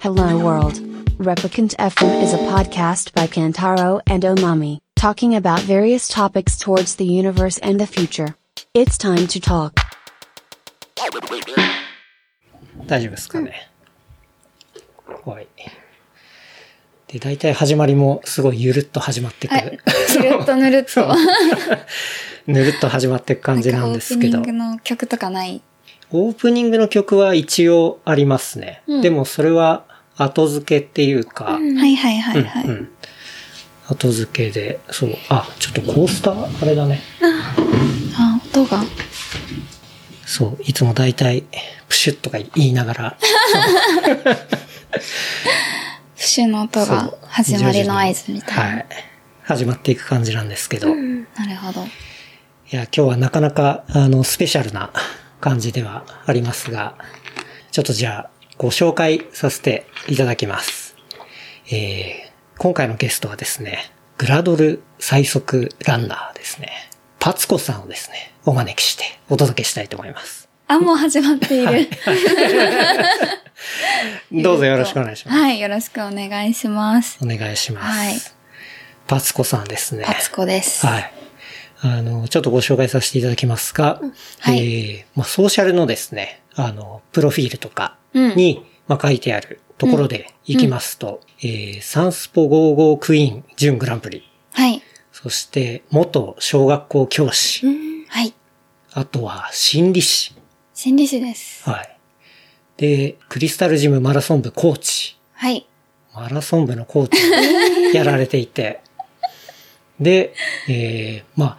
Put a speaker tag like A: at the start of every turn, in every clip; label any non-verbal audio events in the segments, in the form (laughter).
A: Hello World. Replicant FM is a podcast by Kantaro and Omami, talking about various topics towards the universe and the future. It's time to talk.
B: 大丈夫ですかね。はい。で、大体始まりもすごいゆるっと始まってくる。
C: はい。ぬるっとぬるっと。
B: そう (laughs) ぬるっと始まってく感じなんですけど。
C: な
B: オ
C: ん
B: ー
C: かオープニングの曲とかない。
B: プニングの曲は一応ありますね。
C: うん
B: でもそれは後付けっていうか、
C: はいはいは
B: うん
C: いはい。
B: うん後付けで、そう、あ、ちょっとコースター、あれだね。
C: あ、音が。
B: そう、いつも大体、プシュッとか言いながら、
C: (laughs) 不習の音が
B: そう
C: 始まりの合図みたいな。
B: はい。始まっていく感じなんですけど。い
C: なるほど。
B: や、今日はなかなか、あの、スペシャルな感じではありますが、ちょっとじゃあ、ご紹介させていただきます。えー、今回のゲストはですね、グラドル最速ランナーですね、パツコさんをですね、お招きしてお届けしたいと思います。
C: あ、もう始まっている。
B: どうぞよろしくお願いします。
C: (laughs) はい、よろしくお願いします。
B: お願いします。
C: はい
B: パツコさんですね。
C: パツコです。
B: はい。あの、ちょっとご紹介させていただきますが、
C: はい
B: えーまあ、ソーシャルのですね、あの、プロフィールとか
C: うん
B: に、まあ、書いてあるところで行きますと、えーサンスポ55クイーン準グランプリ、
C: はい。
B: そして元小学校教師、
C: はい。
B: あとは心理師、
C: 心理師です。
B: はい。で、クリスタルジムマラソン部コーチ、
C: はい。
B: マラソン部のコーチをやられていて。で、えー、まあ、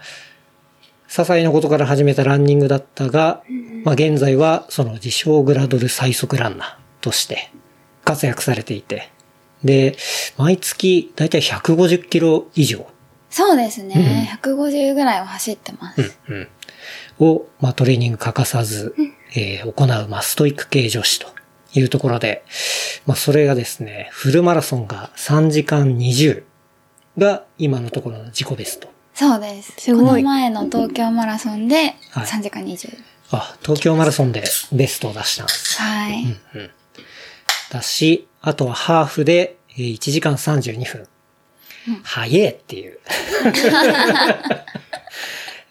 B: 些細なことから始めたランニングだったが、まあ現在はその自称グラドル最速ランナーとして活躍されていて。で、毎月だいたい150キロ以上、
C: そうですね。150ぐらいは走ってます。
B: うん、を、まあトレーニング欠かさず、えー行う、まあストイック系女子というところで、まあそれがですね、フルマラソンが3時間20が今のところの自己ベスト。
C: そうです。
A: すごい
C: この前の東京マラソンで
B: はい
C: 3時間20。
B: あ、東京マラソンでベストを出したんです。
C: はい。
B: だし、あとはハーフでえー1時間32分。早えっていう。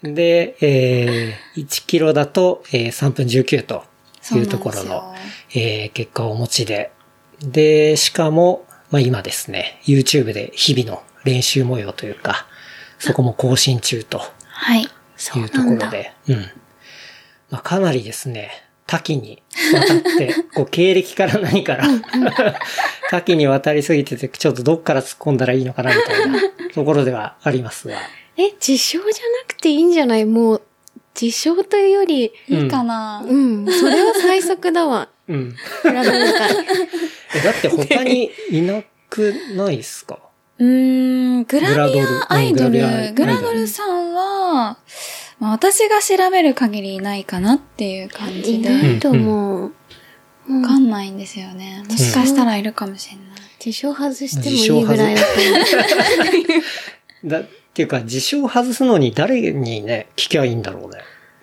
B: で、えー1キロだと、えー3分19というところ
C: そうなん
B: のえ
C: で、
B: ー結果をお持ちで。で、しかも、まあ、今ですね、YouTube で日々の練習模様というか、そこも更新中と
C: はい。
B: いうところで、うん。まあ、かなりですね、多岐にわた (laughs) って、こう、経歴から何から、 (laughs) 多岐にわたりすぎてて、ちょっとどっから突っ込んだらいいのかな、みたい (laughs) なところではありますが。
D: え、自称じゃなくていいんじゃないもう、自称というより、
C: いいかな
D: うん、それは最速だ
B: (laughs)
D: わ。
B: うん。
D: グラドル会
B: えだって他にいなくないですか
C: うーん、グラビアアイドル、
B: グ
C: グ
B: ラビ
C: ラ
B: アアイドル
C: ドルさんは、まあ、私が調べる限りいないかなっていう感
D: い
C: じで、
D: な
C: わ
D: いと思う。うん
C: かんないんですよね。もしかしたらいるかもしれない。
D: 自称外してもいいぐらいだと
B: だ、っていうか、自称外すのに誰にね、聞きゃいいんだろうね。っ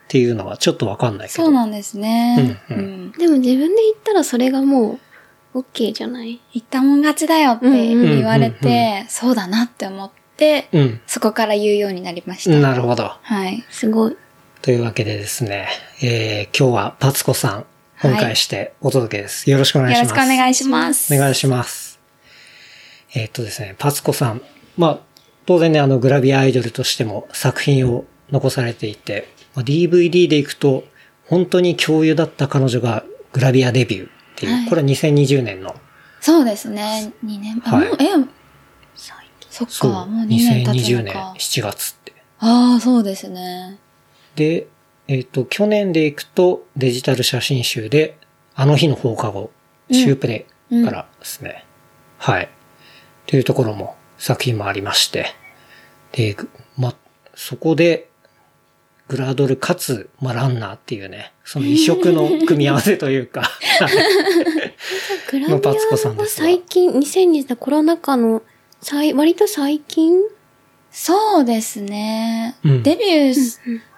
B: ていうのはちょっとわかんないけど。
C: そうなんですね。
B: う
C: うんん。
B: うん
D: 思う。でも自分で言ったらそれがもう、OK じゃない
C: 言ったもん勝ちだよって言われて、そうだなって思って、
B: うん。
C: そこから言うようになりました。
B: なるほど。
C: はい。
D: すごい。
B: というわけでですね、えー今日はパツコさん、今回してお届けです。よろしくお
C: よ
B: 願い
C: ろ
B: し
C: し
B: ま
C: く
B: す。
C: お願いします。
B: お願いします。えーっとですね、パツコさん。まあ、当然ね、あの、グラビアアイドルとしても作品を残されていて、まあ DVD でいくと、本当に共有だった彼女がグラビアデビューっていう、
C: はい
B: これは2020年の、
C: そうですね。2年、あ、
B: はい
C: もう、え、そっか、もう2年経つ
B: 2020
C: の
B: 年
C: か。
B: 7月って。
C: ああ、そうですね。
B: で、えっ、と、去年でいくとデジタル写真集で、あの日の放課後、シュープレイからですね。はい。というところも作品もありまして。で、ぐま、そこで、グラドルかつ、まあ、ランナーっていうね、その異色の組み合わせというか、
C: (laughs)
D: グラビ
B: のパ
D: ア
B: ツコさんで
D: は
B: すが
D: 最近、2020年コロナ禍の、最割と最近
C: そうですね。
B: うん
C: デビューし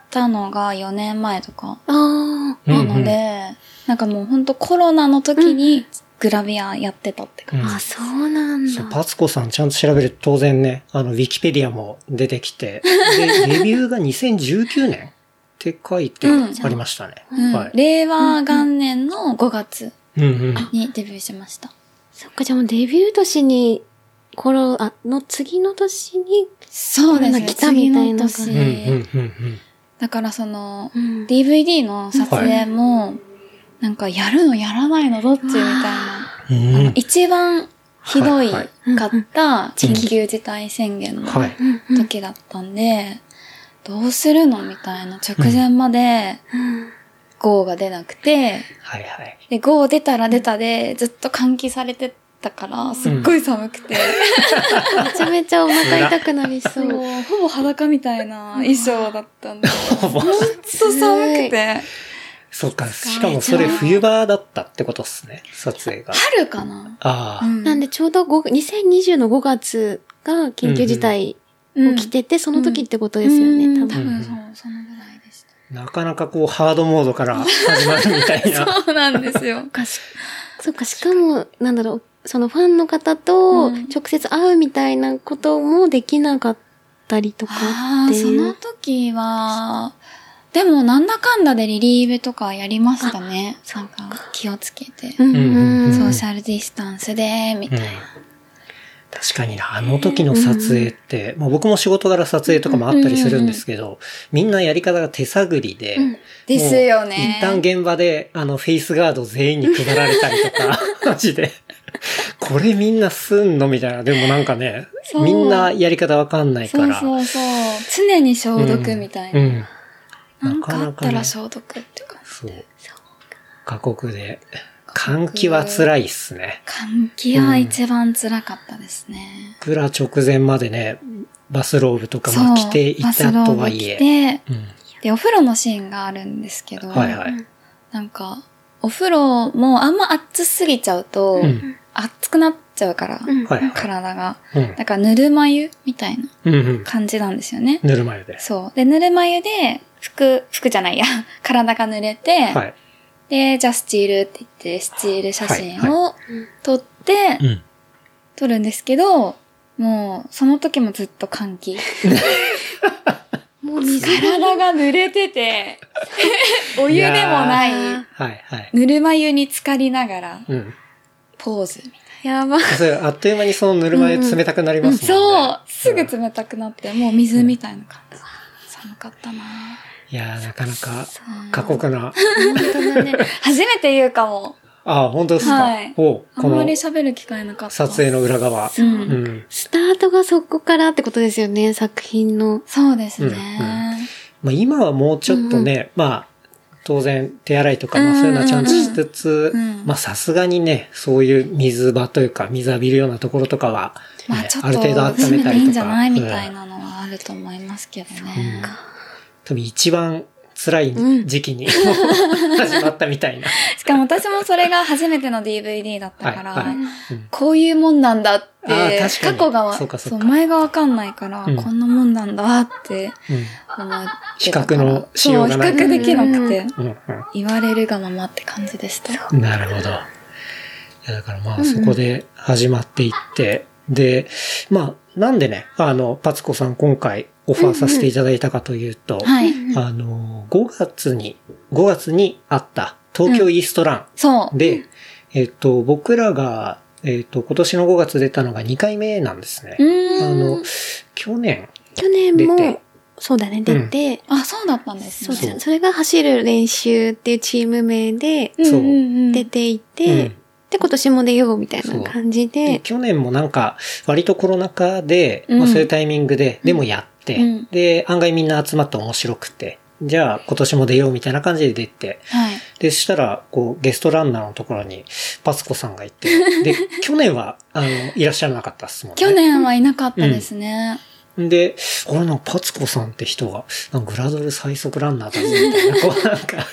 C: たのが4年前とか
D: ああ。
B: うん
C: な
B: うん
C: ので、なんかもう本当コロナの時にグラビアやってたって感
B: うん
D: あ、そうなん
B: そう、
D: だ。
B: パツコさんちゃんと調べると当然ね、あの、ウィキペディアも出てきて、で、レビューが2019年って書いてありましたね。
C: じ。うん
B: はい。
C: 令和元年の5月
B: うんうん。
C: にデビューしました。
D: そっか、じゃあもうデビュー年に、この、あ、の次の年に、
C: そうです
D: コロナ
C: ね。
D: 来たみたいな感じ
C: 次
B: うんう
C: の
B: んう
C: 年
B: んうん。
C: だからその、
D: うん。
C: DVD の撮影も、なんかやるのやらないのどっちみたいな。
B: うんうん
C: 一番ひどいかった
B: い
C: 緊急事態宣言の
B: はい。
D: うんうん
C: 時だったんで、どうするのみたいな直前まで
D: うん。
C: GO が出なくて、
B: はいはい。
C: で、GO 出たら出たでずっと換気されてたから、すっごい寒くて、
D: めちゃめちゃお腹痛くなり (laughs) そう。
C: もうほぼ裸みたいな衣装だったんで、ずっ
B: ほぼ。
C: と寒くて。
B: そうか、しかもそれ冬場だったってことっすね、撮影が。
C: 春かな
B: ああ、
D: なんでちょうど5 2020の5月が緊急事態
C: うん、
D: 起きてて、その時ってことですよね、
C: うん
D: 多
C: 多
D: 分。
C: 分そう、そのぐらいでし
B: なかなかこうハードモードから始まるみたいな。
C: た。そうなんです
D: (laughs)
C: よ。
D: かしそうか、しかも、なんだろう、そのファンの方と
C: うん
D: 直接会うみたいなこともできなかったりとか
C: あ
D: っ
C: あ、
D: て
C: そ
D: い
C: の
D: う。
C: 時は、でもなんだかんだでリリーベとかやりましたね。なんか気をつけて。
D: うん
B: うん
C: ソ
B: そ
C: ー
B: う
C: シャルディスタンスで、み
B: う
C: た
B: ん
C: いな。
B: 確かにな、あの時の撮影って、まあ僕も仕事柄撮影とかもあったりするんですけど、みんなやり方が手探りで、
D: うん
C: ですよね。
B: 一旦現場で、あの、フェイスガード全員に配られたりと
C: (laughs)
B: か、マジで。これみんなすんのみたいな。でもなんかね、
C: そう
B: みんなやり方わかんない
C: そ
B: か
C: う
B: ら。
C: そうそう。常に消毒みたいな。
B: うん。
C: なんか
B: な
C: あっ
B: かな
C: た
B: かね
C: ら消毒って感じ。
B: そう。過酷で。換気は辛いっすね。
C: 換気は一番辛かったですね。
B: 僕ら直前までね、バスローブとか
C: そう
B: も着てい
C: バ
B: た
C: スロ
B: と
C: ー
B: は
C: ブ
B: い
C: 着
B: え。
C: て、
B: うん
C: で、お風呂のシーンがあるんですけど、
B: はいはい。
C: なんか、お風呂もあんま熱すぎちゃうと、
B: うん。
C: 熱くなっちゃうから、
D: うん
B: はいはい。
C: 体が。
B: うん
C: だから、ぬるま湯みたいな
B: うんうん。
C: 感じなんですよね。
B: ぬるま湯で。
C: そう。で、ぬるま湯で、服、服じゃないや、 (laughs) 体が濡れて、
B: はい。
C: で、じゃあスチールって言って、スチール写真を撮って、
B: うん。
C: 撮るんですけど、もう、その時もずっと換気。
D: もう水が
C: 体が濡れ
B: (laughs)
C: てて、お湯でもない、
B: はいはい。
C: ぬるま湯に浸かりながら、
B: うん。
C: ポーズみたい
D: やば。
B: それあっという間にそのぬるま湯冷たくなりますもんね。
C: な。そう、すぐ冷たくなって、もう水みたいな感じ。寒かったなぁ
B: (laughs) いやー、なかなか
C: そう
B: 過酷な。
D: 本当だね。
C: 初めて言うかも。
B: ああ、本当ですか。
C: はい
B: おう
C: あん
B: こ
C: ま
B: の
C: り喋る機会なかった。
B: 撮影の裏側。
C: う。
B: うんん。
D: スタートがそこからってことですよね、作品の。
C: そうです
B: うん
C: ね。
B: まあ今はもうちょっとね、まあ、当然手洗いとか、まあそういうのはちゃんとしつつ、
C: うんうんうんうん
B: まあさすがにね、そういう水場というか、水浴びるようなところとかは、ね
C: まあちょっ
B: ある程度
C: と、
B: 温
C: 詰
B: め
C: め
B: た
C: て
B: りと
C: い
B: か。
C: いんじゃないみたい
B: うん
C: なのはあると思いますけど
B: うん
C: ね。
B: 多分一番辛い時期に (laughs) 始まったみたいな。
C: しかも私もそれが初めての DVD だったから、
B: はいはいうん
C: こういうもんなんだっ
B: あ
C: て、
B: ー確か
C: 過
B: に
C: 去が
B: そうかそうか
C: 前がわかんないから、
B: うん
C: こんなもんなんだっ
B: うん
C: て思ってたから。
B: 比較のしようがない
C: そう比較できなくて、
B: うんうん
C: 言われるがままって感じでした。
B: なるほど。いやだからまあそこで始まっていって、で、まあなんでね、あの、パツコさん今回オファーさせていただいたかというと、
C: はい。
B: あの、5月に、5月にあった東京イーストラ
C: そ
B: ンで、えっと、僕らが、えっと、今年の5月出たのが2回目なんですね
C: う。。う
B: あ
C: ーん。
B: の、去年、
D: 去年
B: 出て
D: も、そうだね、出て、
C: あ、そうだったんです
D: そう
C: ね。
B: そう
D: それが走る練習っていうチーム名で
B: そうん
C: んん
D: 出ていて、
B: うん
D: で、今年も出ようみたいな感じ
B: で
D: で、
B: 去年もなんか、割とコロナ禍で、
C: うん
B: まあそういうタイミングで、でもやって、
C: うん
B: で、案外みんな集まって面白くて、じゃあ今年も出ようみたいな感じで出て、
C: はい。
B: で、そしたら、こう、ゲストランナーのところに、パスコさんがいて、
C: (laughs)
B: で、去年は、あの、いらっしゃらなかったっすもんね。
C: 去年はいなかったですね。
B: で、あれなんかパツコさんって人が、なんかグラドル最速ランナーだぞみたいな、こうなんか、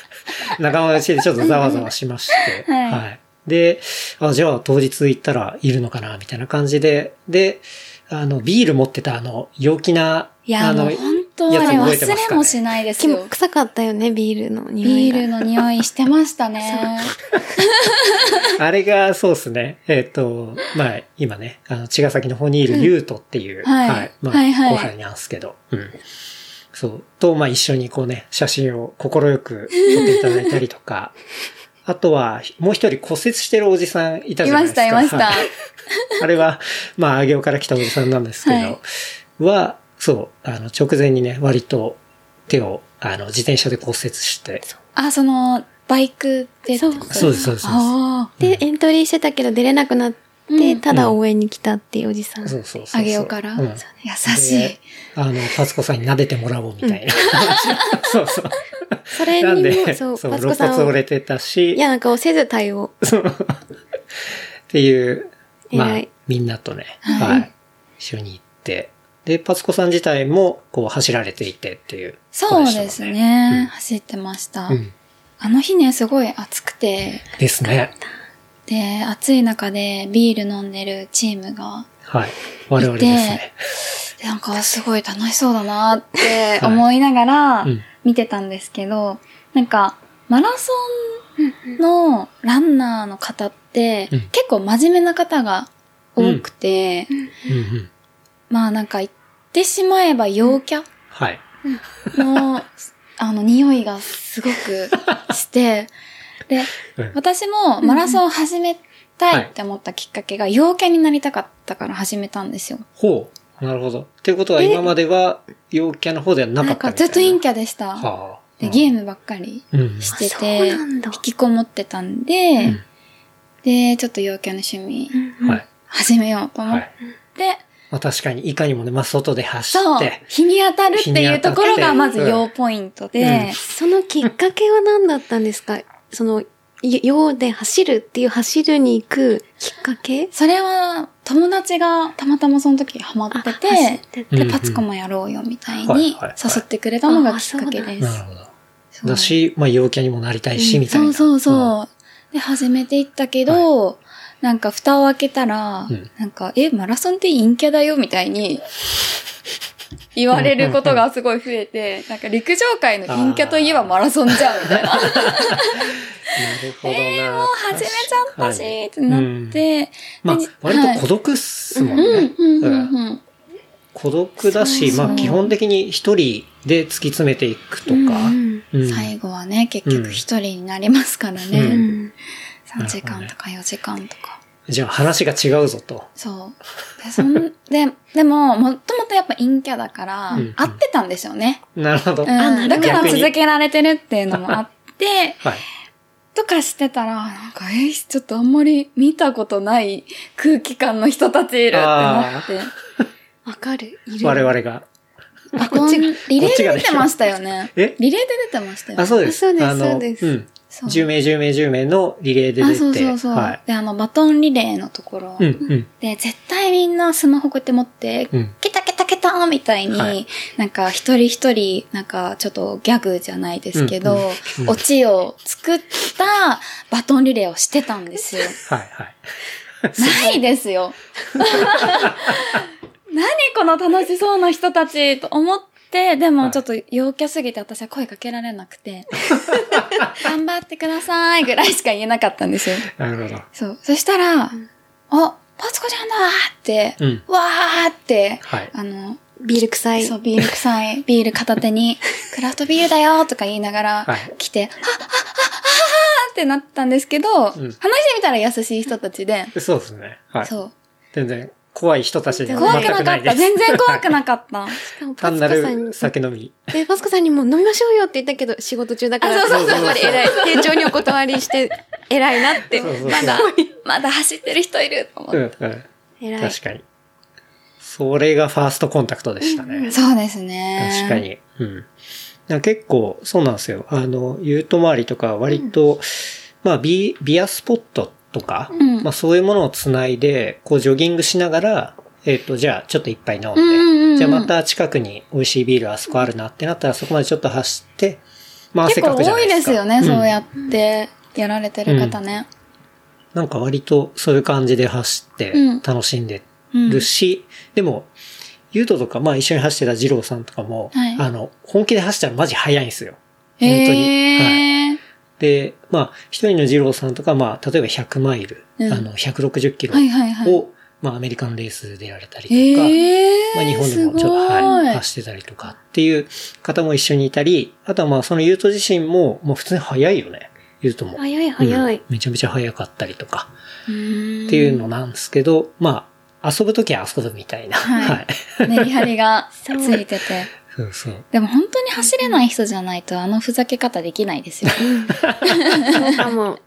B: 仲間内でちょっとざわざわしまして、
C: はい
B: で、あ、じゃあ当日行ったらいるのかな、みたいな感じで、で、あの、ビール持ってたあの、陽気な、
C: いや、
B: あ
C: も
B: の
C: う、本当
B: や
C: あ
B: つ
C: れ
B: 覚えてます
C: 忘
B: か
C: れ
B: ね
C: もしないです
D: キモ
C: よ。
D: 臭かったよね、ビールの匂
C: ビ
D: い
C: ール
D: が。
C: の匂いしてましたね。
B: あれが、そうですね。えっ、と、まあ、今ね、あの、茅ヶ崎の方にいるユートっていう、
C: はい
B: まあ、
C: はいはい
B: 後輩なんですけど、うん。そう。と、まあ、一緒にこうね、写真を快く撮っていただいたりと
C: (laughs)
B: か、あとは、もう一人骨折してるおじさんいた
C: い
B: じゃない
C: ま
B: です
C: し
B: か。
C: た、いました
B: は。あれは、まあ、上尾から来たおじさんなんですけど、
C: は
B: はいそう、あの、直前にね、割と手を、あの、自転車で骨折して、
C: あ、その、バイクでってこ
B: そ
C: と
B: うです、そうです。そうです
C: ああ。
D: で、エントリーしてたけど出れなくなって、
C: うん
D: ただ応援に来たっていうおじさん。
B: そうそうそう。
C: あげおから、
B: うん
C: 優しい
B: で。あの、パツコさんに撫でてもらおうみたいな話。そうそう。
D: それ
B: なん
D: に
B: で、
D: も、
B: そ、
D: そうう、
B: 肋
D: パツコさ
B: 骨
D: ん
B: 折
D: を
B: れてたし、っ
D: 嫌な顔せず対応。
B: ていう、まあ
D: 偉い、
B: みんなとね、
C: は
B: は
C: い
B: い。一緒に行って、で、パツコさん自体も、こう、走られていてっていう。
C: そうです
B: こ
C: ね。
B: うん
C: 走ってまし
B: と
C: た、
B: でしたね。
C: あの日ね、すごい暑くて、
B: うん。ですね。
C: で、暑い中でビール飲んでるチームが、
B: はい。我々ですね。
C: でなんかすごい楽しそうだなって
B: はい
C: 思いながら
B: うん
C: 見てたんですけど、なんか、マラソンのランナーの方って、
B: うん
C: 結構真面目な方が多くて、
B: うんうん。
C: まあなんか言ってしまえば陽キャ
B: はい。
C: の、あの、匂いがすごく
B: (laughs)
C: して、で、
B: うん
C: 私もマラソンを始めたいって思ったきっかけが、陽キャになりたかったから始めたんですよ。
B: ほう。なるほど。っていうことは、今までは、陽キャの方ではなか
C: な
B: っ
C: ん
B: た
C: か
B: みたいな。
C: ずっと陰キャでした。
B: はあ。
C: で、ゲームばっかり
B: ーム。うん。
C: して
D: そう
C: て、
D: な
C: 引
D: んだ。
C: きこもってたんで、
B: うん
C: で、ちょっと陽キャの趣味
D: うん
B: はい。
C: 始めようと思
B: は
C: っ
B: い。
C: て、
B: まあ確かに、いかにもね、まあ外で走
C: そ
B: っ
C: う
B: て、、
C: 日に当たるっていうところがまず陽ポイントで、
D: そのきっかけは何だったんですかその、ようで走るっていう走るに行くきっかけ
C: それは友達がたまたまその時ハマってて、
D: 走ってて
B: うん
C: で、パツコもやろうよみたい
B: はいはい
C: に
B: はい
C: 誘ってくれたのがきっかけで
B: なる
C: す。
B: ほど。
C: そう
B: だし、まあ陽キャにもなりたいし、みたい
C: そ
B: な。
C: うそうそう。で、始めていったけど、なんか蓋を開けたら
B: うん、
C: なんか、え、マラソンって陰キャだよみたいに言われることがすごい増えて、なんか陸上界の陰キャといえばマラソンじゃんみたい (laughs) な。
B: なるほどな。
C: えー、もう始めちゃったし
B: 確
C: ってなっ
B: かに。うん
C: て、
B: まあ
C: で
B: 割と孤独っすもんね。
C: うん、うん、う
B: うん
C: ん、うん。
B: 孤独だし、
C: そうそう
B: まあ基本的に一人で突き詰めていくとか。
D: うん
B: うん
C: 最後はね、結局一人になりますからね。
B: うん
D: うん
C: 3時間とか4時間とか。
B: じゃあ話が違うぞと。
C: そう。で、そん、で、でも、もともとやっぱ陰キャだから、
B: うん
C: 合ってたんですよね。
B: なるほど。
C: う
B: はい。
C: ん。だから
B: 逆に
C: 続けられてるっていうのもあって、とかしてたら、なんか、え、ちょっとあんまり見たことない空気感の人たちいるってなって。
D: わかるいる。
B: 我々が。
C: あ、こっち、リレーで出てましたよね。
B: え
C: リレーで出てましたよね。
B: あ、そうです。
D: そうです
B: あの
D: そうです
B: ん。
C: そう
B: 10名、10名、10名のリレーで
C: あ、そ
B: 出
C: うそ
B: て。
C: うそう。
B: はい。
C: で、あの、バトンリレーのところ。
B: うん、うん、
C: で、絶対みんなスマホこうやって持って、
B: うん。
C: ケタケタケタみたいに、
B: はい
C: なんか一人一人、なんかちょっとギャグじゃないですけど、
B: うんうんうん
C: オチを作ったバトンリレーをしてたんで
B: (laughs)
C: すよ。
B: はい、はい。
C: ないですよ。 (laughs) 何この楽しそうな人たちと思って、で
B: は
C: も
B: い
C: ちょっと陽キャすぎて私は声かけられなくて、 (laughs) 頑張ってくださいぐらいしか言えなかったんですよ。
B: なるほど。
C: そう。そしたら、あ、パツコちゃんだーって、
B: うん。
C: わーって、
B: はい。
C: あの、
D: ビール臭い。
C: そう、ビール臭い、ビール片
B: (laughs)
C: 手に、クラフトビールだよーとか言いながら
B: はい
C: 来て、はっはっはっはっはーってなったんですけど、話してみたら優しい人たちで、
B: そうですね。はい。
C: そ
B: 全然、怖い人たちで
C: う。
B: は
C: 怖く
B: 全
C: なか
B: な
C: っ
B: いで
C: た。
B: す。
C: 全然怖く
B: はい
C: な
B: (laughs)
C: かった。あ、
D: しかもパ
B: 単
D: ツ
B: な
D: コさん
B: る
D: に、
B: 酒飲み。
D: でパツコさんにも飲みましょうよって言ったけど、仕事中だから、
C: そうそうそう
D: やっぱり偉い。丁重にお断りして、偉いなって
B: そうそう。そう
D: まだ。
C: (laughs) まだ走ってる人いると思っ
B: うん、
C: て。
B: うん。
D: 偉い。
B: 確かに。それがファーストコンタクトでしたね。
C: そうですね。
B: 確か。に。うん。なんか結構、そうなんですよ。あの、ユート周りとか、割と、まあ、ビ、ビアスポットとか、
C: うん
B: まあ、そういうものをつないで、こう、ジョギングしながら、えっ、と、じゃあ、ちょっと一杯飲んで、
C: うんうんうんうん
B: じゃあまた近くに美味しいビールあそこあるなってなったら、そこまでちょっと走って、まあ、汗
C: 結
B: か
C: 構
B: くじゃ
C: 多
B: ないいで
C: です
B: か。
C: すよね、
B: ん
C: そうやってやられてる方ね。
B: なんか割とそういう感じで走って
C: うん
B: 楽しんで
C: うん
B: るし、でも、ゆうととか、まあ一緒に走ってた二郎さんとかも、
C: はい
B: あの、本気で走ったらマジ速いんですよ。
C: へ
B: 当に
C: えー。
B: で、まあ、一人の二郎さんとか、まあ、例えば100マイル、
C: うん
B: あの、160キロを、
C: はいはいはい。
B: まあ、アメリカンレースでやれたりとか、
C: ええー。
B: まあ、日本でもちょっと、
C: す
B: は
C: ご
B: い、走ってたりとかっていう方も一緒にいたり、あとはまあ、そのユート自身も、もう普通に速いよね。ユートも。
D: 早い早い
B: うん。めちゃめちゃ速かったりとか、
D: っ
B: っていうのなんですけど、まあ、遊ぶときは遊ぶみたいな。
C: はい
B: はい。
C: メリハリがつ
D: そう
C: いてて。
B: そうそう。
C: でも本当に走れない人じゃないとあのふざけ方できないですよ。
D: そうかも。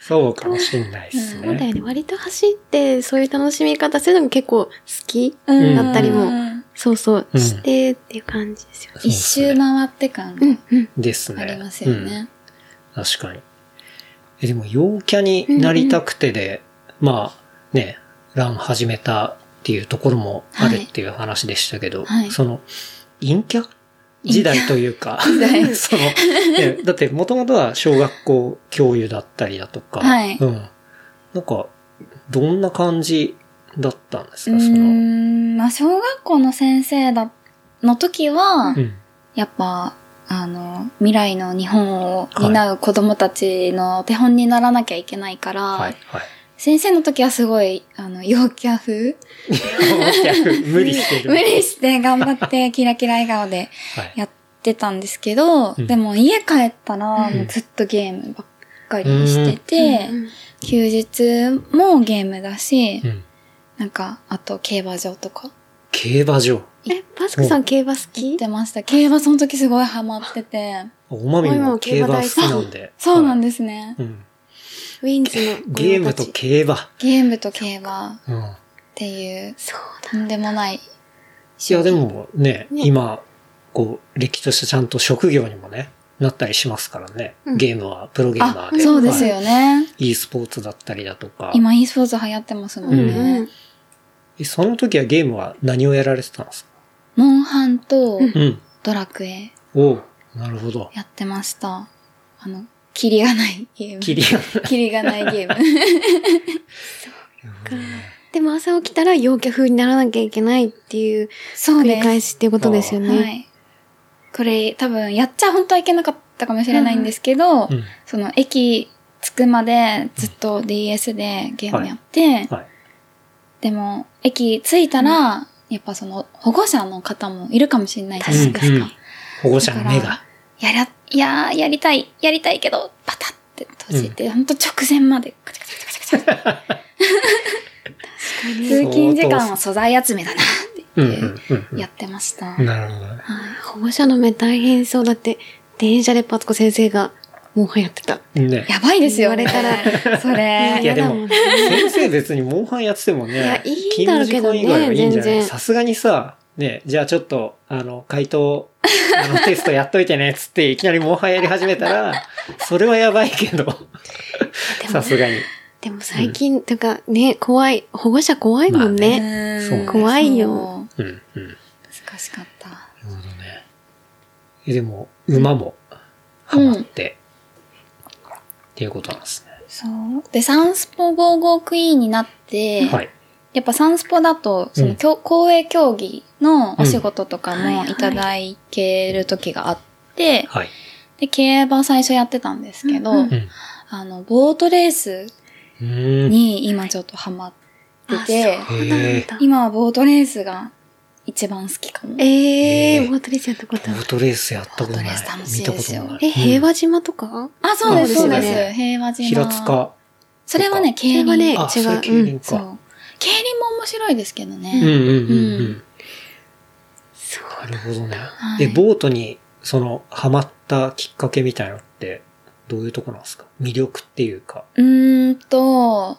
B: そうかもしれないです
D: そうだ
B: ね。
D: よね。割と走って、そういう楽しみ方するのが結構好き。
C: うん
B: だったり
D: もそうそうう。
B: ん
D: してっていう感じですよね。
B: そう
C: 一
B: ですね
C: 周回って感が
D: うん。
B: ですね。
C: ありますよ
B: うん
C: ね。
B: 確かに。え、でも、陽キャになりたくてで、まあ、ね、ラン始めたっていうところもあるっていう話でしたけど、
C: はい
B: その、陰キャ時代というか、(laughs)
C: 代
B: その、ねだって、もともとは小学校教諭だったりだとか、
C: はい
B: うん。なんか、どんな感じだったんです
C: うー
B: か、その。
C: ん、まあ小学校の先生だ、の時は、
B: うん。
C: やっぱ、あの、未来の日本を担う子供たちの手本にならなきゃいけないから、
B: はい、
C: (laughs)
B: はい。
C: 先生の時はすごい、あの、陽キャ風
B: (laughs) 陽キャ無理してる。
C: 無理して頑
B: (laughs)
C: 張ってキラキラ笑顔で
B: はい。
C: やってたんですけど、
B: うん
C: でも家帰ったら
B: うん
C: もうずっとゲームばっかりしてて、
D: うん
C: 休日もゲームだし、
B: うん。
C: なんか、あと競馬場とか
B: 競馬場。
D: え、バスクさん競馬好
C: 行
D: き
C: ってました。競馬その時すごいハマってて、
B: おまみも競馬好きなんで。
C: そうなん
B: で
C: ですね。
B: す。うん。
D: ウィンズの子供たち。
B: ゲームと競馬。
C: ゲームと競馬っ
B: うん。
C: ていう、
D: そうだ。
C: とんでもない。
B: いや、でもね、
D: ね
B: 今、こう、歴史としてちゃんと職業にもね、なったりしますからね。
D: うん
B: ゲームは、プロゲーマ
C: あ
B: ー、で。
C: そうですよね。
B: はい。e スポーツだったりだとか。
C: 今 e スポーツ流行ってますも
D: うんんう
C: ね
D: ん。。
B: えその時はゲームは何をやられてたんですか
C: モンハンと
B: うん。
C: ドラクエ
B: おうなるほど。
C: やってました。あの、キリがないゲーム。
B: キリが
C: (laughs) キリがないゲ
B: (laughs)
C: ーム。
D: でも朝起きたら陽キャ風にならなきゃいけないっていう
C: そう
D: 繰
C: で
D: り
C: す。
D: 返しっていうことですよ
C: は
D: ね。
C: い。これ多分やっちゃ本当はいけなかったかもしれないんですけ
B: う
C: ど、
B: ん。
C: その駅着くまでずっと DS でゲームやって、
B: はい。
C: でも駅着いたら、やっぱその保護者の方もいるかもしれないじゃないですか。
B: うんうん保護者の目が。
C: やら、いやーやりたい、やりたいけど、パタって閉じて、ほんと直前までカチャカチャカチャカチャカチャ。
B: (laughs)
C: 通勤時間は素材集めだなって
B: うん
C: 言
B: う
C: っ
B: ん
C: て
B: うんうん
C: やってました。
B: なるほどね。
D: 保護者の目大変そうだって、電車でパツコ先生が、もう流行ってた。
B: ね。
C: やばいですよ、
D: 言わ
C: れたら。そ
D: 嫌
C: れ。
B: いやでも
D: だんね
B: 先生別にモンハンやってても
D: いや
B: ね、
D: いい
B: 勤務時間以外はいいんじゃ
D: だろうけど
B: ない
D: ね
B: さすがにさ、ね、じゃあちょっと、あの、回答、あの、テストやっといてね、つって、いきなりモンハンやり始めたら、それはやばいけど、
D: でも
B: さすがに。
D: でも最近、とかね、怖い。保護者怖いもん
C: う
D: ね。
C: ん
B: そう
D: 怖いよ
C: そ
B: うん、うん。なる
C: う難しかった。
B: ほどね。えでも、馬も、ハマって、っていうことなんです
C: そう。で、サンスポ55クイーンになって、
B: ね。はい。
C: やっぱサンスポだと、そ
B: うん
C: の、きょ公営競技のお仕事とかもいただける時があって、
B: はい。
C: で、競馬最初やってたんですけど、
D: うんうん
B: うん。
C: あの、ボートレース
B: うん。
C: に今ちょっとハマってて、
D: そうなんだ。
C: 今はボートレースが一番好きかも。
D: え
B: え
D: ー、ボートレースやったこと
B: ボ
D: ある
B: ートレースやったことない
C: ボートレース。楽し
B: 見
C: い
B: た
C: で
B: こと
C: すよ
B: もない。
D: え、平
B: うん
D: 和島とか
C: あ、そうです、
B: あ
C: そう
B: そうだ
C: で
B: ね
C: す。平和島。
B: 平塚。
C: それはね、競
D: 平和
C: 輪。
D: ね、違
B: あ、それ競
D: う。うん
B: 輪
C: そ
B: か。
C: う。競輪も面白いですけど
B: うんう
C: ね。
B: んうんう
C: うんん。
D: そ
B: な
D: う。
B: るほどね。
C: はい
B: え、ボートに、その、ハマったきっかけみたいなのって、どういうとこなんですか魅力っていうか。
C: うーんと、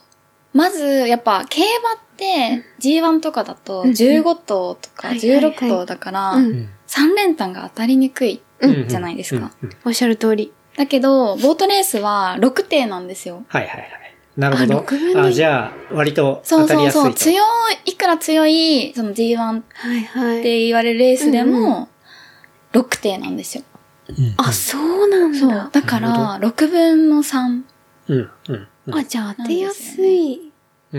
C: まず、やっぱ、競馬って、G1 とかだと、
D: うん
C: 15頭とか
D: はいはいはい
C: 16頭だから
D: う、ん
B: ん。
C: 3連単が当たりにくい。じゃないですか
B: うん。うん
D: おっしゃる通り。
C: だけど、ボートレースは6艇なんですよ。
B: はいはいはい。なるほ
D: あ六分の
B: ど。
D: 一
B: あ、じゃあ、割と
C: そ
B: 当
C: う
B: たり
C: そう
B: やすい
C: そう。
B: と
C: 強い、いくら強い、その G1 っ
D: はいはい。
C: て言われるレースで
D: うん
C: も、6艇なんですよ。
B: うん
D: あ、そうなん
C: そう
D: だ。。
C: だか
B: な
C: ら、6分の3。
B: うん。うん。うん
D: あ、じゃあ当てやすい。
B: うん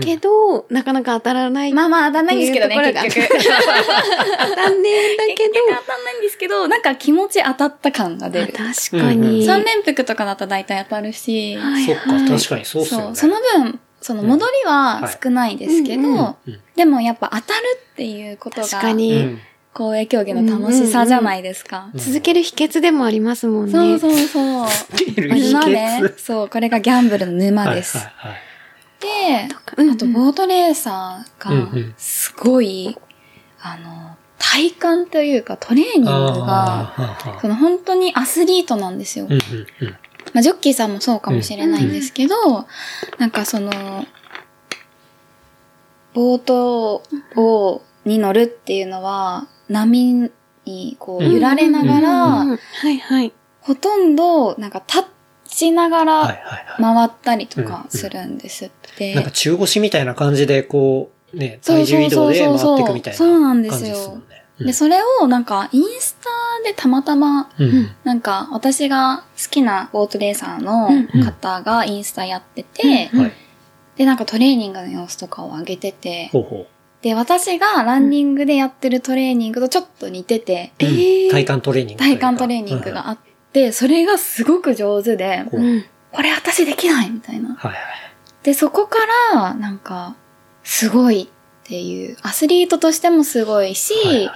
D: けど、なかなか当たらない。
C: まあまあ当たんないんですけどね、
D: っていう
C: 結
D: とこ
C: 局。
D: ろ
C: 結
D: 当たんねえんだけ
C: 局当たんないんですけど、なんか気持ち当たった感が出る
D: ど。。あ確かに。
C: 三連服とかだと大体当たるし、
D: はい
B: そっか、
D: はい
B: 確かにそうっすよね。
C: そう、その分、その戻り
B: うんは
C: はい少ないですけ
D: うん
C: ど、
B: うん
C: でもやっぱ当たるっていうことが、
D: 確かに、
B: うん
C: 公営競技の楽しさじゃないですか。
B: うん
D: 続ける秘訣でもありますもんね。
C: そうそうそう。
B: 出る秘
C: 沼ね
B: 訣。。
C: そう、これがギャンブルの沼です。
B: はいはいはい
C: で、
D: うんうん
C: あとボートレーサ
B: うんう
C: ー
B: ん
C: が、すごい、あの、体感というかトレーニングが、
B: あーはあはあ
C: その本当にアスリートなんですよ。
B: うんうんうん
C: まあ、ジョッキーさんもそうかもしれないんですけど、なんかその、ボートを、に乗るっていうのは、波にこう
B: うん
C: 揺られながら、
D: うんうんはいはい。
C: ほとんどなんか立ちなが
B: はい
C: ら
B: はいはい。
C: 回ったりとかするんですって。
B: なんか中腰みたいな感じで、こう、ね、
C: そ
B: 体
C: うそ
B: 重
C: う
B: 移動で
C: そうそ
B: 回
C: う
B: っていくみたいな
C: そうな
B: 感
C: んで
B: じ
C: す
B: で
C: よ
B: すもんね。
C: で、それをなんかインスタでたまたま、
B: うんうん
C: なんか私が好きなボートレーサーの方がインスタやってて、
D: うん
B: はい。
C: で、なんかトレーニングの様子とかを上げてて、
B: ほうほ
C: で、私がランニングでやってるトレーニングとちょっと似てて、
B: う。
D: えー
B: うん体幹トレーニングという
C: 体
B: か。
C: 幹トレーニングがあって、それがすごく上手
B: うんうん。
C: で、
B: こう
D: うん
C: これ私できないみたいな。
B: はいはい。
C: で、そこから、なんか、すごいっていう、アスリートとしてもすごいし、
B: はいはい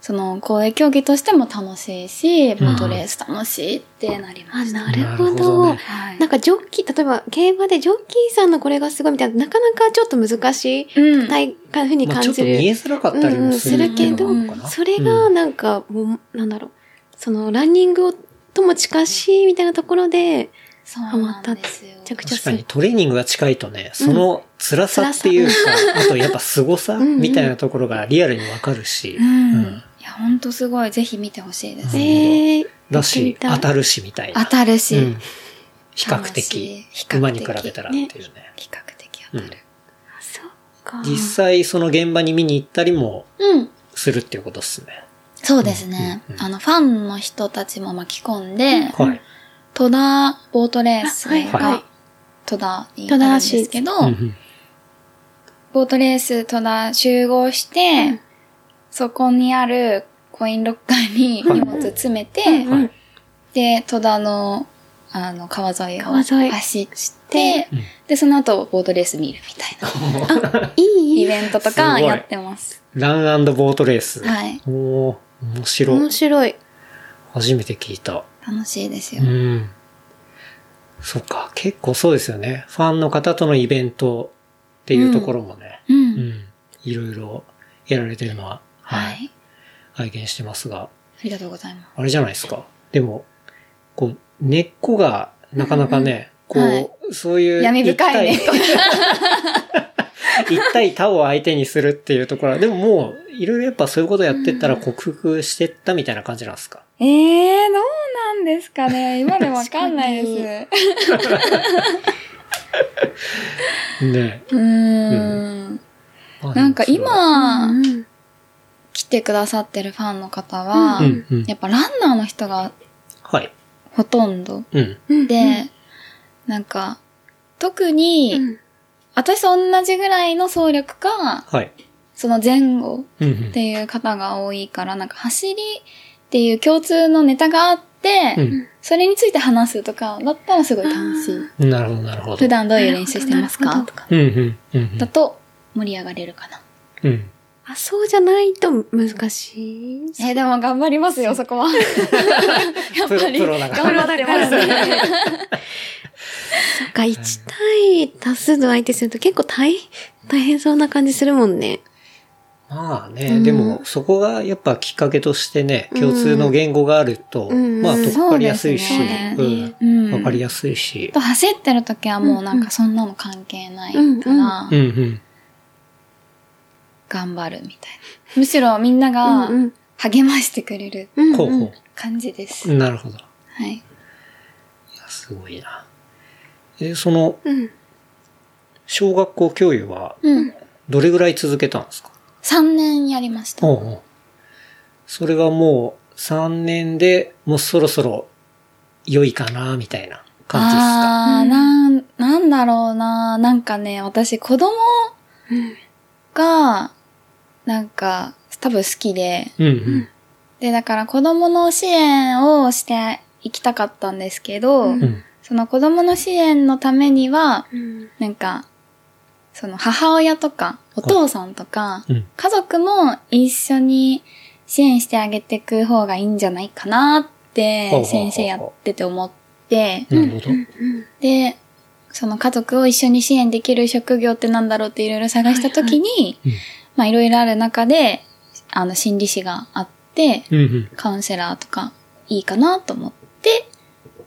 C: その、公営競技としても楽しいし、
B: うん
C: ボートレース楽しいってなりま
D: あ、
C: した。
D: なるほど。
B: なるほどね
C: はい。
D: なんかジョッキー、例えば競馬でジョッキーさんのこれがすごいみたいな、なかなかちょっと難しい
C: うん。
D: 体感ふうに
B: まあ
D: 感
B: ちょっと
D: じ
B: 見え
D: る。
B: づらかったりもするっていうのもあるのかな。
D: それがなんか、もうなんだろう、そのランニングをとも近しいみたいなところで、
C: そうなんですよ
D: めち。ゃくちゃ
B: 確
D: す
B: か
D: ご
B: に
D: い。
B: トレーニングが近いとね、その辛さっていうか、あとやっぱ凄さ
D: うんうん
B: みたいなところがリアルにわかるし、
C: うん。
B: うん
C: いや、ほんとすごい。ぜひ見てほしいです。
B: うん
D: えー、
B: だし、
D: や
B: 当
D: ってみい
B: たるしみたいな。
C: 当たるし、
B: うん比較
C: 楽し
B: 的
C: い比較的
B: 馬に比べたらっていうね。
C: 比較的当たる。
D: そうか。
B: 実際その現場に見に行ったりも
C: うん。
B: するっていうことですね。
C: そうですね、
B: うんうん
C: あの、ファンの人たちも巻き込んで、
B: はい。
C: 戸田ボートレース
D: あはい
B: はい
C: が戸田にあるんですけど、
B: うんうん
C: ボートレース戸田集合して、
D: うん
C: そこにあるコインロッカーに荷物詰めて、
D: う
B: は
D: ん
B: い
C: で、戸田の、あの、川沿いを
D: 川沿い
C: 走って、
B: うん
C: で、その後、ボートレース見るみたいな
D: い
C: イ
D: い
C: ベントと
B: すご
C: か
B: い
C: やってます。
B: ランボートレース。
C: はい。
B: おー、面白
D: 面
B: い。
D: 白い。
B: 初めて聞いた。
C: 楽しいですよ。
B: うん。そっか、結構そうですよね。ファンの方とのイベントっていうところもね、
C: うん。
B: うん。いろいろやられてるのは、
C: は
B: はい。
C: い。
B: 拝見してますが、
C: ありがとうございます。
B: あれじゃないですか。でも、こう、根っこがなかなかね、こう、
C: はい
B: そういう
C: 闇深いね
B: 一対 (laughs) 一対他を相手にするっていうところは、でももう、いろいろやっぱそういうことやってったら克服してったみたいな感じなんですか。
C: ええー、どうなんですかね今でもわかんないです。
B: ね
C: うーん。
B: え
C: (laughs) なんか、今、
D: うん
C: 来てくださってるファンの方は、
B: まあうんうん
C: やっぱランナーの人が
B: はい。
C: ほとんど
B: うん。
D: うん
C: で、なんか、特に、
D: うん
C: 私と同じぐらいの走力か、
B: はい。
C: その前後
B: うんう
C: っ
B: ん。
C: ていう方が多いから、なんか走りっていう共通のネタがあって、
B: うん
C: それについて話すとかだったらすごい楽しい。
B: なるほど、なるほど。
C: 普段どういう練習してます
D: なる
C: か
D: ほど
C: とか。
B: うんうんうんうん。
C: だと盛り上がれるかな。
B: うん。
D: あ、そうじゃないと難しい。
C: えーでも頑張りますよ、そこは。やっぱり。
B: プロだ
C: 頑
B: から
C: 張ってますね。
D: (laughs) なんか1対多数の相手すると結構大変、大変そうな感じするもんね。
B: まあね、でもそこがやっぱきっかけとしてね、
D: うん
B: 共通の言語があると、
D: うん
B: まあとっかかりやすいし、
C: そううんですね
B: わ、
C: うん
B: かりやすいし、
C: と走ってる時はもうなんかそんなの関係ないから
B: うん、うん。
C: 頑張るみたいな。むしろみんなが
D: うんうん
C: 励ましてくれる
D: うんうん
B: ほうほ
C: 感じです。
B: う。なるほど。い
C: はい。
B: やすごいな。え、その、
D: うん。
B: 小学校教諭は
C: うん。
B: どれぐらい続けたんですか
C: 3年やりました。
B: おうおうそれはもう3年でもうそろそろ良いかな、みたいな感じですか
C: あ
D: う
C: ー
D: ん
C: なん、なんだろうな。なんかね、私子供が、なんか、多分好きで、
B: うんうん。
C: で、だから子供の支援をしていきたかったんですけど、
D: うん
B: うん。
C: その子供の支援のためには、
D: うん
C: なんか、その母親とか、お父さんとか、
B: うん。
C: 家族も一緒に支援してあげてく方がいいんじゃないかなって
B: ほうほうほうほう
C: 先生やってて思って、
B: なるほど。
D: うん
C: で、その家族を一緒に支援できる職業ってなんだろうっていろいろ探した時に、
B: うん
C: まあいろいろある中で、あの心理師があって、
B: うんうん。
C: カウンセラーとかいいかなと思って、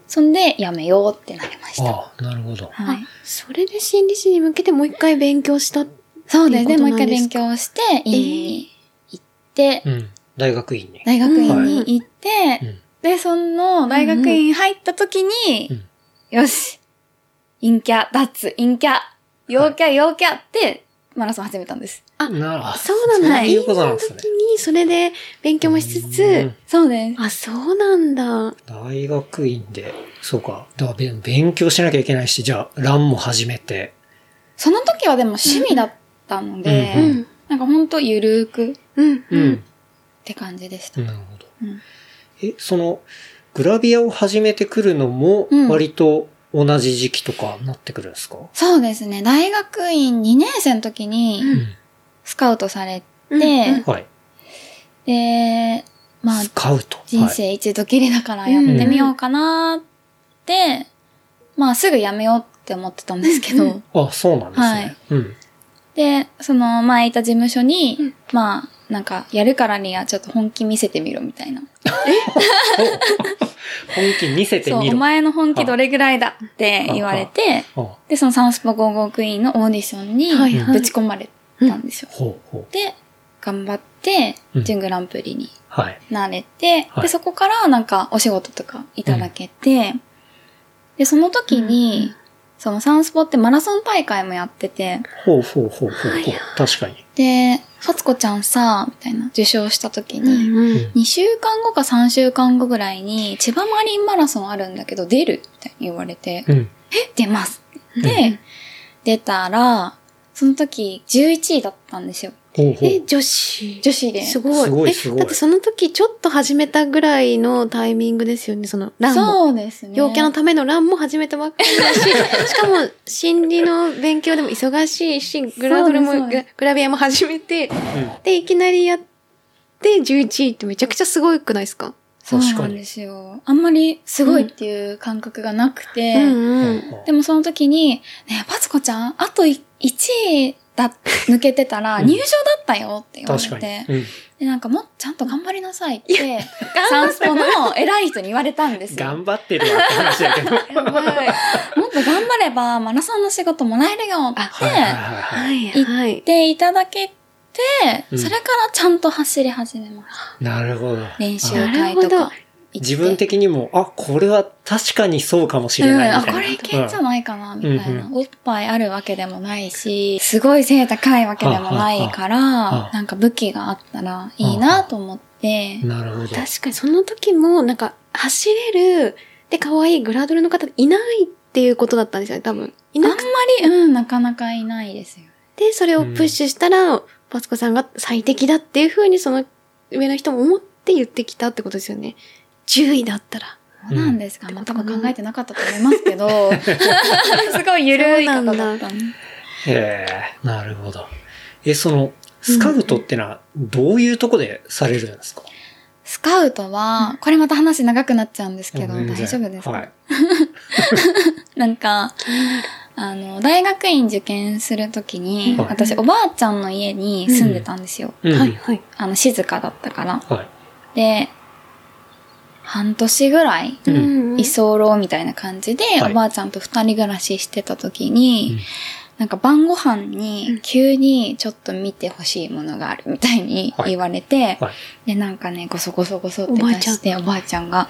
C: そんでやめようってなりました。
B: ああ、なるほど。
C: はい。
D: それで心理師に向けてもう一回勉強した。
C: そうですね。
D: っていうこと
C: もう一
D: な
C: 回
D: んです
C: 勉強して、院に行って、
B: うん。大学院に。
C: 大学院
B: は
C: に行って、
B: うん。
C: で、その大学院入った時に、
B: うん
C: よし、陰キャ、脱陰キャ、陽キャ、陽キャって、マラソン始めたんです。
D: あ
B: なるほど。
D: そうなんだ。
C: はい
B: いうことなんですね
D: 院の時にそれで勉強もしつ
B: うん
D: つ、
C: そうです。
D: あ、そうなんだ。
B: 大学院で、そうか。だからべ勉強しなきゃいけないし、じゃあ、ランも始めて。
C: その時はでも趣味だったので、
B: うん
D: うん。
C: なんかほんとゆるーくっ
D: うん。
B: う。ん。
C: て感じでした。
B: なるほど。
C: うん
B: え、その、グラビアを始めてくるのも
C: う、ん
B: 割と同じ時期とかなってくるんですか、
C: そうですね。大学院2年生の時に
D: うん
C: スカウトされ
D: うん
C: で
B: はい。
C: て、まあ
B: スカウト。
C: 人
B: はい。
C: 生一度きりだからやってみようかなーって、まあすぐやめようって思ってたんですけど、
D: うんう
B: あ、そうなんですね。うん。
C: で、その前いた事務所に、
D: うん
C: まあなんかやるからにはちょっと本気見せてみろみたいな。
B: お本気見せて
C: そう、
B: み
C: お
B: ろ。
C: 前の本気どれぐらいだって言われて、
B: あ
C: で、そのサンスポ55クイーンのオーディションに
D: はい
B: は
C: ぶち込まれたんですよ。
B: ほうほう。
C: で、頑張って
B: うん、
C: 準グランプリに
B: はい。
C: なれて、
B: はい
C: で、そこからなんかお仕事とかいただけて、で、その時に、そのサンスポってマラソン大会もやってて、
B: ほうほうほうほうほう。確かに。
C: で、ハツコちゃんさ、みたいな受賞した時
D: う
C: に、
D: ん。
B: うん
C: 2週間後か3週間後ぐらいに、千葉マリンマラソンあるんだけど出るみたいに言われて、
B: うん。
C: 出ますで、出たら、その時11位だったんですよ。
B: ほうほ
D: え、
B: う。
D: 女子。
C: 女子で。
D: すごい。
B: すごいすごい
D: え、だってその時ちょっと始めたぐらいのタイミングですよね、そのランも。
C: そうですね。
D: 陽キャのためのランも始めたばっかりだし、しかも心理の勉強でも忙しいし、グラド
C: そ
D: ル
C: うで
D: も、
C: すそうで
D: ググラビアも始めて、
B: うん
D: で、いきなりやって11位ってめちゃくちゃすごくないですか
C: そう
B: 確
C: な
B: か
C: ん
B: に
C: ですよ。あんまりすごいっていう感覚がなくて、
D: うんう
B: ほ
D: ん。
B: う
C: でもその時に、ねえ、パツコちゃん、あと1位だ、抜けてたら
B: うん
C: 入賞だったよって言われ
B: 確
C: て、
B: かに。うん
C: で、なんかもうちゃんと頑張りなさいって、サンスポの偉い人に言われたんですよ。
B: 頑張ってるわって話だけ
C: (laughs)
B: ど。はい
D: やばい。は、
C: もっと頑張ればマラソンの仕事もらえるよ
B: はい
C: って
B: はいはい
D: はい
C: 言っ。ていただけて、
B: うん
C: それからちゃんと走り始めました。
B: い。なるほど。
C: 練習
B: あ
C: 会と
D: なるほ
C: か
D: ど。
B: 自分的にも、あ、これは確かにそうかもしれないみた
C: うん、あ、
B: いな。
C: これいけんじゃないかな、みたいな、
B: う
C: おっぱいあるわけでもないし、すごい背高いわけでもないから、
B: あ
C: なんか武器があったらいいなと思って、
B: なるほど。
D: 確かにその時も、なんか、走れる、で、可愛いグラドルの方いないっていうことだったんですよね、多分。い
C: あん
D: な
C: ま
D: く
C: り、うん、なかなかいないですよ。
D: て、それをプッシュしたら、パツコさんが最適だっていうふうに、その上の人も思って言ってきたってことですよね。10位だったら。
C: そうなんですか、全く考えてなかったと思います
B: (laughs)
C: けど、 (laughs) すごいゆるい方だったんで
B: へえ、なるほど。え、その、スカウトってのは、どういうとこでされるんですか、
C: スカウトは、これまた話長くなっちゃうんですけど、
B: う
C: 大
B: ん全然
C: 丈夫ですか、
B: はい。
C: なんか、あの、大学院受験するときに、
B: はい
C: 私おばあちゃんの家に住んでたんですよ。
B: うん
D: はい、はい。
C: あの、静かだったから。
B: はい。
C: で、半年ぐらい、
B: うん
D: うん
C: 居候みたいな感じで、
B: はい
C: おばあちゃんと二人暮らししてた時
B: う
C: に、
B: ん
C: なんか晩ご飯に急にちょっと見てほしいものがあるみたいに
B: はい
C: 言われて、
B: はい
C: で、なんかね、ごそごそごそって
D: おばあ
C: 出
D: ちゃん
C: して、おばあちゃんが。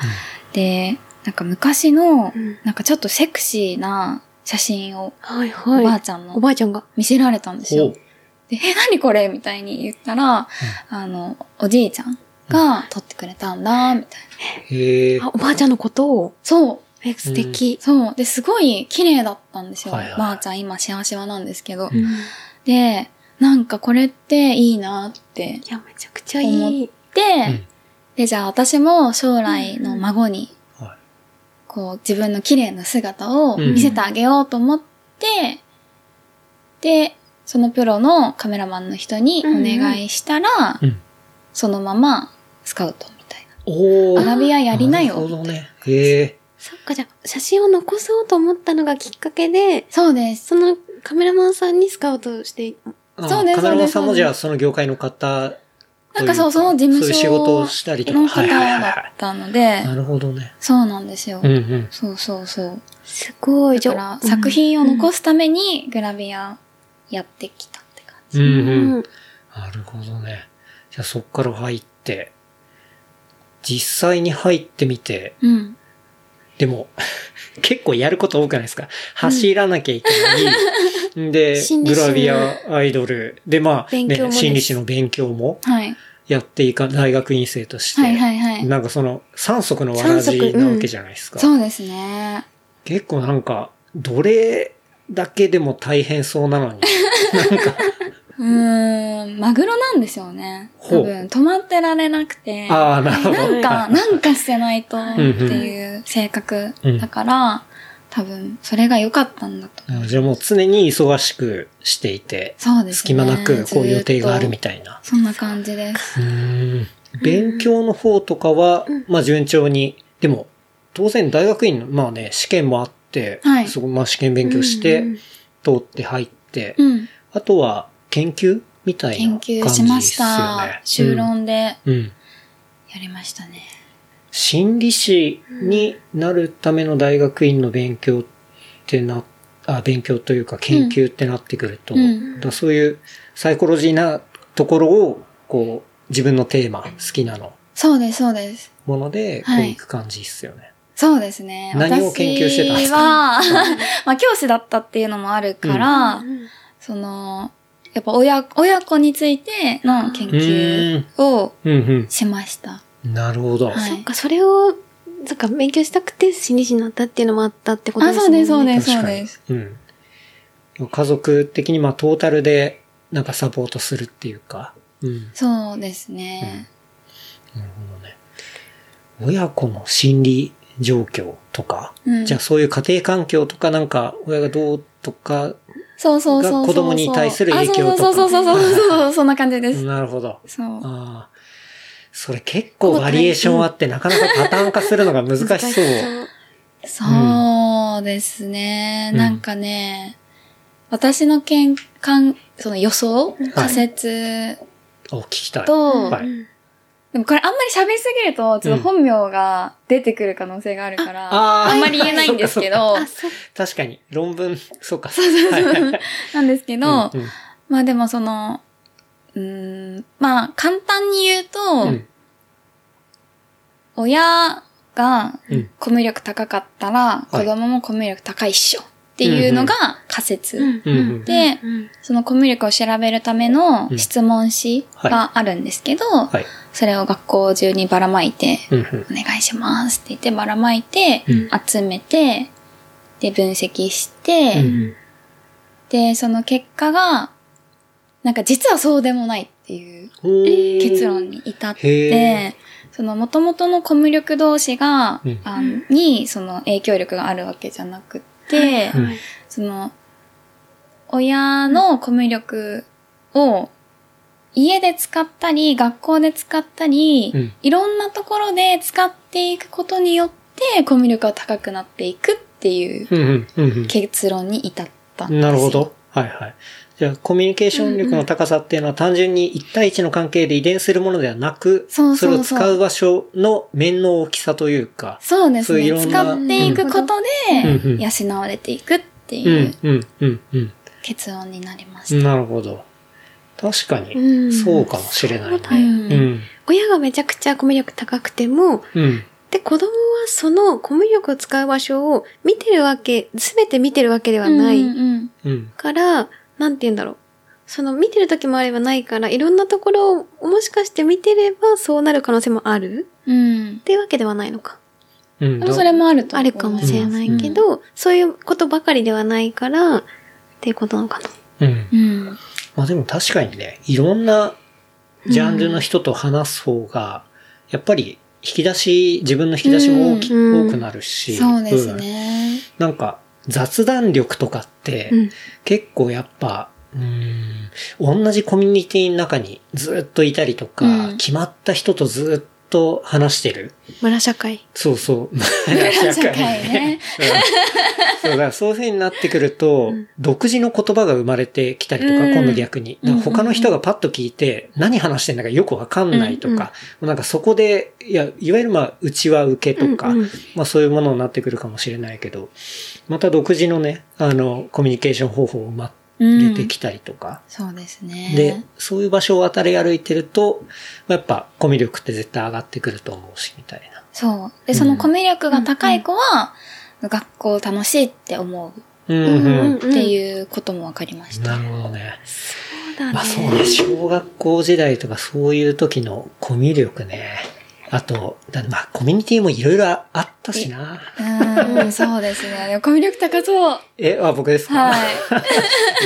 C: で、なんか昔の
D: うん、
C: なんかちょっとセクシーな写真を
D: はい、
C: おば
D: は
C: あ
D: い。
C: ちゃんの
D: おばあちゃんが。
C: 見せられたんです
B: ほ
C: よ
B: う。。
C: で、え、何これみたいに言ったら、あの、おじいちゃんが撮ってくれたんだ、みたいな。
B: へえ
D: あ、おばあちゃんのことを。
C: そう。
D: え、素敵。
C: そう。で、すごい綺麗だったんですよ。
B: はいはい
C: ばあちゃん今シワシワなんですけど。
B: うん
C: で、なんかこれっていいなって
D: いや、めちゃくちゃいい。
C: で、
B: ん
C: で、じゃあ私も将来の孫に、
B: はい
C: こう自分の綺麗な姿を
B: うん
C: 見せてあげようと思って、で、そのプロのカメラマンの人にお願いしたら、
B: うん。
C: そのままスカウトみたい
B: お
C: な。
B: ー。
C: アラビアやりな
B: るほ
C: よ。
B: どね。へえ。
D: そっか、じゃあ、写真を残そうと思ったのがきっかけで、
C: そうです。
D: そのカメラマンさんにスカウトして、
B: あ
C: そうです
B: カメラマンさん
C: そう
B: も
C: です
B: じゃあその業界の方といか。
C: なんかそう、その事務
B: そう
C: 所
B: いう仕事をしたりとか。
C: の
B: は
C: 方
B: いはいはい
C: だ
B: は
C: ったので
B: い。、なるほどね。
C: そうなんですよ
B: うん。うん。
C: そうそうそう。
D: すごい、
C: だ
D: じ
C: か
D: ゃ
C: ら
D: あ、
C: 作品を残
D: す。
C: すためにグラビアやってきたって感
B: う
C: じ。
B: ん
D: う
B: うん。
D: ん。
B: なるほどね。じゃあそっから入って、実際に入ってみて、
C: うん。
B: でも、 (laughs) 結構やること多くないですか走らなきゃいけない。で、
D: 心理
B: グ
D: 師の
B: ラビアアイドル。で、まあ、
D: 勉強も
B: ね、
D: です
B: 心理師の勉強も
C: はい。
B: やっていか、大学院生として。
C: はいはいはい。
B: なんかその、三足のわらじ
D: 三足う
B: なんわけじゃないですか。
C: そうですね。
B: 結構なんか、どれだけでも大変そうなの
C: (laughs)
B: に。
C: うーん、マグロなんですよね。
B: ほう
C: 多分、止まってられなくて。
B: ああ、なるほど。
C: なんか、なんかしてないとって
B: ん
C: いう性格だから、多分、それが良かったんだと。
B: うんじゃあもう常に忙しくしていて、
C: そうですね。
B: 隙間なくこういう予定があるみ
C: たい。
B: たいな。
C: そんな感じです。
B: うーん勉強の方とかは、まあ順調に、でも、当然大学院の、まあね、試験もあって、
C: はい
B: そこ、まあ試験勉強し
D: うんう
B: て
D: ん、
B: 通って入って、
C: うん。
B: あとは研究みたいな
C: 研
B: 感じですよね。
C: 究しました。修論で
B: うん。うん。
C: やりましたね。
B: 心理師になるための大学院の勉強ってな、あ、勉強というか研究ってなってくると、
C: うん
B: だからそういうサイコロジーなところを、こう、自分のテーマ、好きなの、
C: そうです、そうです。
B: もので、こ
C: は
B: う
C: い
B: いく感じっすよね。
C: そうですね。
B: 何を研究してたんです
C: 私は、 (laughs) まあ教師だったっていうのもあるから、その、やっぱ親、親子についての研究を
B: うん
C: しました。
B: うん。なるほど。
C: はい
D: そっか、それを、そっか、勉強したくて心理師になったっていうのもあったってこと
C: あ、
D: で
C: そ
D: すよ
C: う
D: ね。
C: です、そうです、
B: 確
C: そう
B: か
C: で
B: に
C: す。。
B: うん。家族的に、まあ、トータルで、なんかサポートするっていうか。うん。
C: そうですね。
B: なるほどね。親子の心理状況とか、
C: うん
B: じゃあそういう家庭環境とかなんか、親がどうとか、
C: そうそうそうそう。
B: が子供に対する影響とか
C: あそうそうそうそうそうそう
B: (laughs)
C: そう、そんな感じです。
B: なるほど。
C: そう。
B: ああ。それ結構バリエーションあって、なかなかパターン化するのが難しそう。
C: そうですね。
B: うん
C: なんかね、私の見感、その予想、仮説
B: お、聞きたい。
C: と、
B: はい
D: うん
C: でもこれあんまり喋りすぎると、ちょっと本名が出てくる可能性があるから、
B: あ
C: あんまり言えないんで
B: (laughs)
C: すけど、
D: あ、そっか。
B: 確かに、論文、そうか。
C: なんですけど、
B: うんうん
C: まあでもその、うーん、まあ簡単に言うと、
B: うん
C: 親が
B: うん
C: コミュ力高かったら、
B: は
C: 子
B: い
C: 供もコミュ力高いっしょっていうのが仮説。
B: うんうん
C: で、
D: うん
C: そのコミュ力を調べるための質問紙があるんですけど、
B: はい。
C: それを学校中にばらまいて、
B: うんうん
C: お願いしますって言ってばらまいて、
B: うん
C: 集めて、で、分析して、
B: うん
C: で、その結果が、なんか実はそうでもないっていう
B: うん
C: 結論に至っ
B: へ
C: て、その元々のコミュ力同士が、
B: うん
C: あのにその影響力があるわけじゃなくて、
B: うん
C: その、親のコミュ力を家で使ったり、学校で使ったり、
B: うん
C: いろんなところで使っていくことによって、コミュ力が高くなっていくっていう
B: うんうんうんうん
C: 結論に至ったんです
B: な
C: よ。
B: るほど。はいはい。じゃあ、コミュニケーション力の高さっていうのは単純に1対1の関係で遺伝するものではなく、
C: そうそうそう
B: れを使う場所の面の大きさというか、
C: そうです
B: そうい
C: ね。
B: ろんな
C: 使っていくこと
B: うんうん
C: で、養われていくって
B: う、
C: いうん
B: うん、うん、う
C: 結論になりま
B: ん。
C: した。
B: なるほど。確か
D: う
B: に、
D: ん
B: そうかもしれないね。
C: う
B: うんん、
D: 親がめちゃくちゃコミュ力高くても、
B: うん、
D: で、子供はそのコミュ力を使う場所を見てるわけ、すべて見てるわけではない
C: うんうん
B: うん。
D: から、なんて言うんだろう。その見てる時もあればないから、いろんなところをもしかして見てればそうなる可能性もある
C: うん。
D: っていうわけではないのか。
B: うん。
C: でもそれもあると
D: あるかもしれないけど、そういうことばかりではないから、っていうことなのかな。
B: うん。
C: うん。
B: まあでも確かにね、いろんなジャンルの人と話す方が、やっぱり引き出し、自分の引き出しも大き、
D: うん
B: 多くなるし、
C: そうです
B: ん
C: ね。
B: なんか雑談力とかって、
D: うん。
B: 結構やっぱ、うん、同じコミュニティの中にずっといたりとか、
C: うん
B: 決まった人とずっと話してる。
D: 村社会。
B: そうそう。 (laughs)
C: (laughs) 村社会ね
B: うんそうだからそういう風になってくると、
D: うん
B: 独自の言葉が生まれてきたりとか、
C: うん
B: 今度逆に。だから他の人がパッと聞いて、何話してんだかよくわかんないとか、
D: うんうん
B: もうなんかそこで、いや、いわゆるまあ、うちは受けとか、
D: うんうん
B: まあそういうものになってくるかもしれないけど、また独自のね、あの、コミュニケーション方法をま入れてきたりとか、
C: そうですね。
B: で、そういう場所を渡り歩いてると、まあやっぱコミュ力って絶対上がってくると思うし、みたいな。
C: そう。で、
B: うん
C: そのコミュ力が高い子は、学校楽しいって思
B: うん
D: うん
B: う
D: うん
B: ん。
C: うっていうことも分かりました。
B: なるほどね。
D: そうだね。
B: まあそうね、小学校時代とかそういう時のコミュ力ね。あと、だまあコミュニティもいろいろあったしな。
C: うん、そうですね。でもコミュ力高そう。
B: え、あ、僕ですか、
C: はい。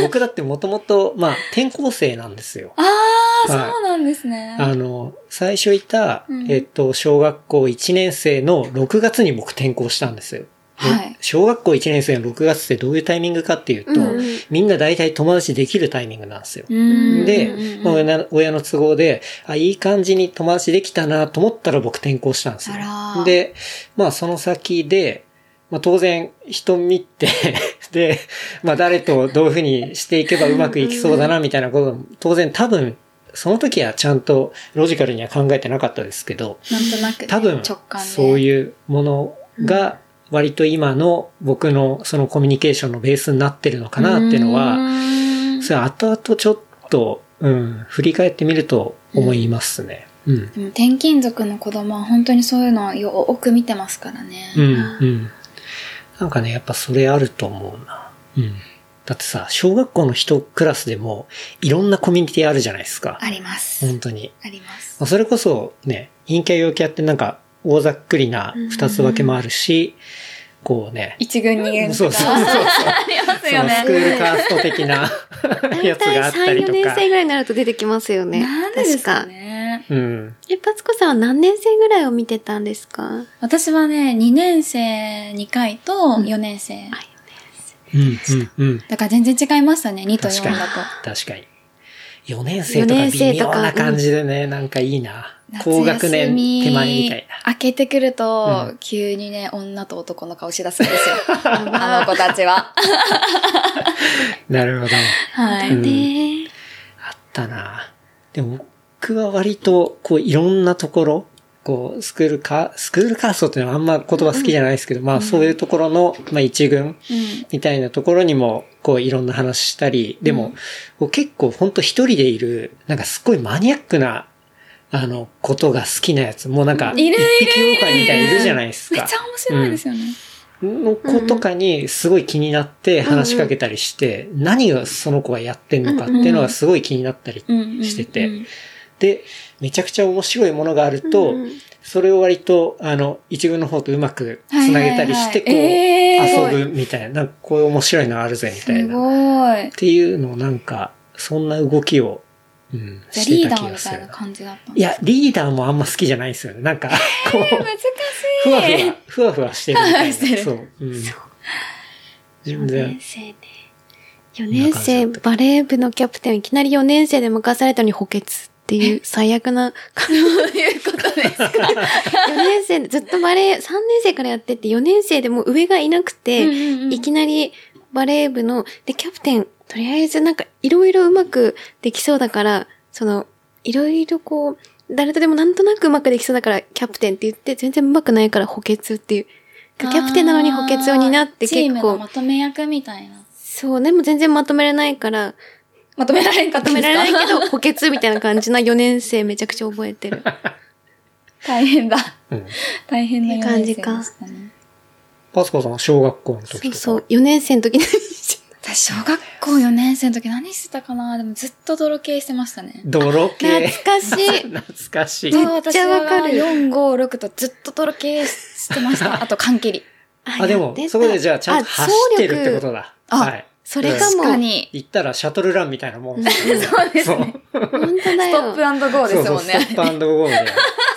B: 僕だってもともと、まあ転校生なんですよ。
C: ああ、
B: はい
C: そうなんですね。
B: あの、最初いた、
C: うん
B: えっと、小学校1年生の6月に僕転校したんですよ。で
C: はい
B: 小学校1年生の6月ってどういうタイミングかっていうと、
D: うんうん
B: みんな大体友達できるタイミングなんですよ。
C: うん
B: で
C: うん
B: まあ親な親の都合で、あ、いい感じに友達できたなと思ったら僕転校したんですよ
C: あら。ー
B: で、まあその先で、まあ当然人見て、 (laughs) で、まあ誰とどういうふうにしていけばうまくいきそうだなみたいなことが当然多分、その時はちゃんとロジカルには考えてなかったですけど、
C: なんとなくね、
B: 多分
C: 直感で。
B: そういうものが割と今の僕のそのコミュニケーションのベースになってるのかなっていうのは、
C: うん
B: それ後々ちょっと、うん、振り返ってみると思いますね。うん。
C: でも転勤族の子供は本当にそういうのをよく見てますからね。
B: うん、うん。なんかね、やっぱそれあると思うな。うん。だってさ、小学校の一クラスでも、いろんなコミュニティあるじゃないですか。
C: あります。
B: 本当に。
C: あります。
B: まあそれこそ、ね、陰キャ陽キャってなんか、大ざっくりな二つ分けもあるし、こうね、
C: 一軍二軍とか。
B: そうそうそうそう
C: あります
B: そ
C: よ
B: のス
C: ね
B: ク。ールカースト的な (laughs) や
D: 大
B: つがあっ
D: 体
B: た
D: 3、
B: り
D: 4
B: と
D: 年
B: か。
D: 生ぐらいになると出てきますよね。
C: なんでですか
D: 確か。
C: ね。
B: うん。
D: え、パツコさんは何年生ぐらいを見てたんですか
C: 私はね、2年生2回と4年生。
B: うん、うん、うん。
C: だから全然違いましたね、2と4
B: 確かに
C: だと。
B: 確かに。4年生とか微妙な感じでね、なんかいいな。高学年手前みたい
C: 明けてくると、
B: うん
C: 急にね、女と男の顔しだすんです
B: (laughs)
C: よ。あの子たちは。
B: な。なるほど。
C: は
B: う
C: い。
B: ん
D: ね
B: あったな。でも僕は割と、こういろんなところ、こう、スクールカー、スクールカーストっていうのはあんま言葉好きじゃないですけど、まあそういうところの、まあ一軍
C: うん
B: みたいなところにも、こういろんな話したり、でも、こう結構ほんと一人でいる、なんかすごいマニアックな、あの、ことが好きなやつ、もうなんか、
C: いるいる
B: 一匹狼みたいにいるじゃないです
C: め
B: か。
C: っちゃ面白いですよね。
B: の子とかにすごい気になって話しかけたりして、何がその子がやってんのかっていうのがすごい気になったり
C: うんうんうん
B: してて、で、めちゃくちゃ面白いものがある
D: え。
B: と
D: うん、うん
B: それを割と、あの、一軍の方とうまくつなげたりして、
C: はいはいはい
B: こう、
C: えー
B: 遊ぶみたいな、なんかこういう面白いのあるぜみたい
C: す
B: な。っ
C: ごい。
B: ていうのをなんか、そんな動きを、うん、
C: じゃ
B: し
C: あ
B: て
C: リ
B: た
C: ーダ
B: 気
C: ー
B: が
C: み
B: す
C: た
B: る
C: いな感じだったの
B: いや、リーダーもあんま好きじゃないんですよね。なんか、こう。
C: (laughs) 難しい。
B: ふわふわ、ふわふわしてるみたいな。
C: ふわふわ (laughs) してる
B: そう。うん、自分
D: 4
B: で
D: 年、生ね。4年生、バレー部のキャプテン、いきなり4年生で任されたのに補欠っていう最悪な。
C: ということですか。
D: (laughs) 4年生でずっとバレー、3年生からやってて、4年生でもう上がいなくて、いきなりバレー部の、で、キャプテン、とりあえずなんかいろいろうまくできそうだから、その、いろいろこう、誰とでもなんとなくうまくできそうだから、キャプテンって言って、全然うまくないから補欠っていう。キャプテンなのに補欠を担って
C: チー
D: 結
C: ムの
D: 構
C: ま、とめ役みたいな。
D: そう、でも全然まとめれないから、
C: まとめられんかっ
D: ま
C: た
D: と
C: んです
D: めら
C: か
D: れな
B: (laughs)
D: いけど、補欠みたいな感じな4年生めちゃくちゃ覚えてる。
C: (laughs) 大変だ。
B: うん。
C: 大変な4年生でしたね。
B: パスコさんは小学校の時と
D: そ
B: か。
D: うそう、4年生の時に
C: 確私小学校4年生の時何してたかなでもずっと泥系してましたね。
B: 泥系。
D: 懐かしい。
B: (laughs) 懐かしい。
C: そう
D: めっちゃわかる
C: 私は4、5、6とずっと泥系してま
D: (laughs)
C: した。あと缶切り。
B: あ、で
D: やっ
B: も
D: て、た
B: そこでじゃあちゃんと走ってるってことだ。
C: あ
B: はい。
D: それか
C: 確
D: も。
C: かに。
B: 行ったらシャトルランみたいなもんですよね。
C: そうですね
D: 本当だ
C: ストップ
D: よ。
C: アンドゴーですもんね。
B: そうそうストップゴーで。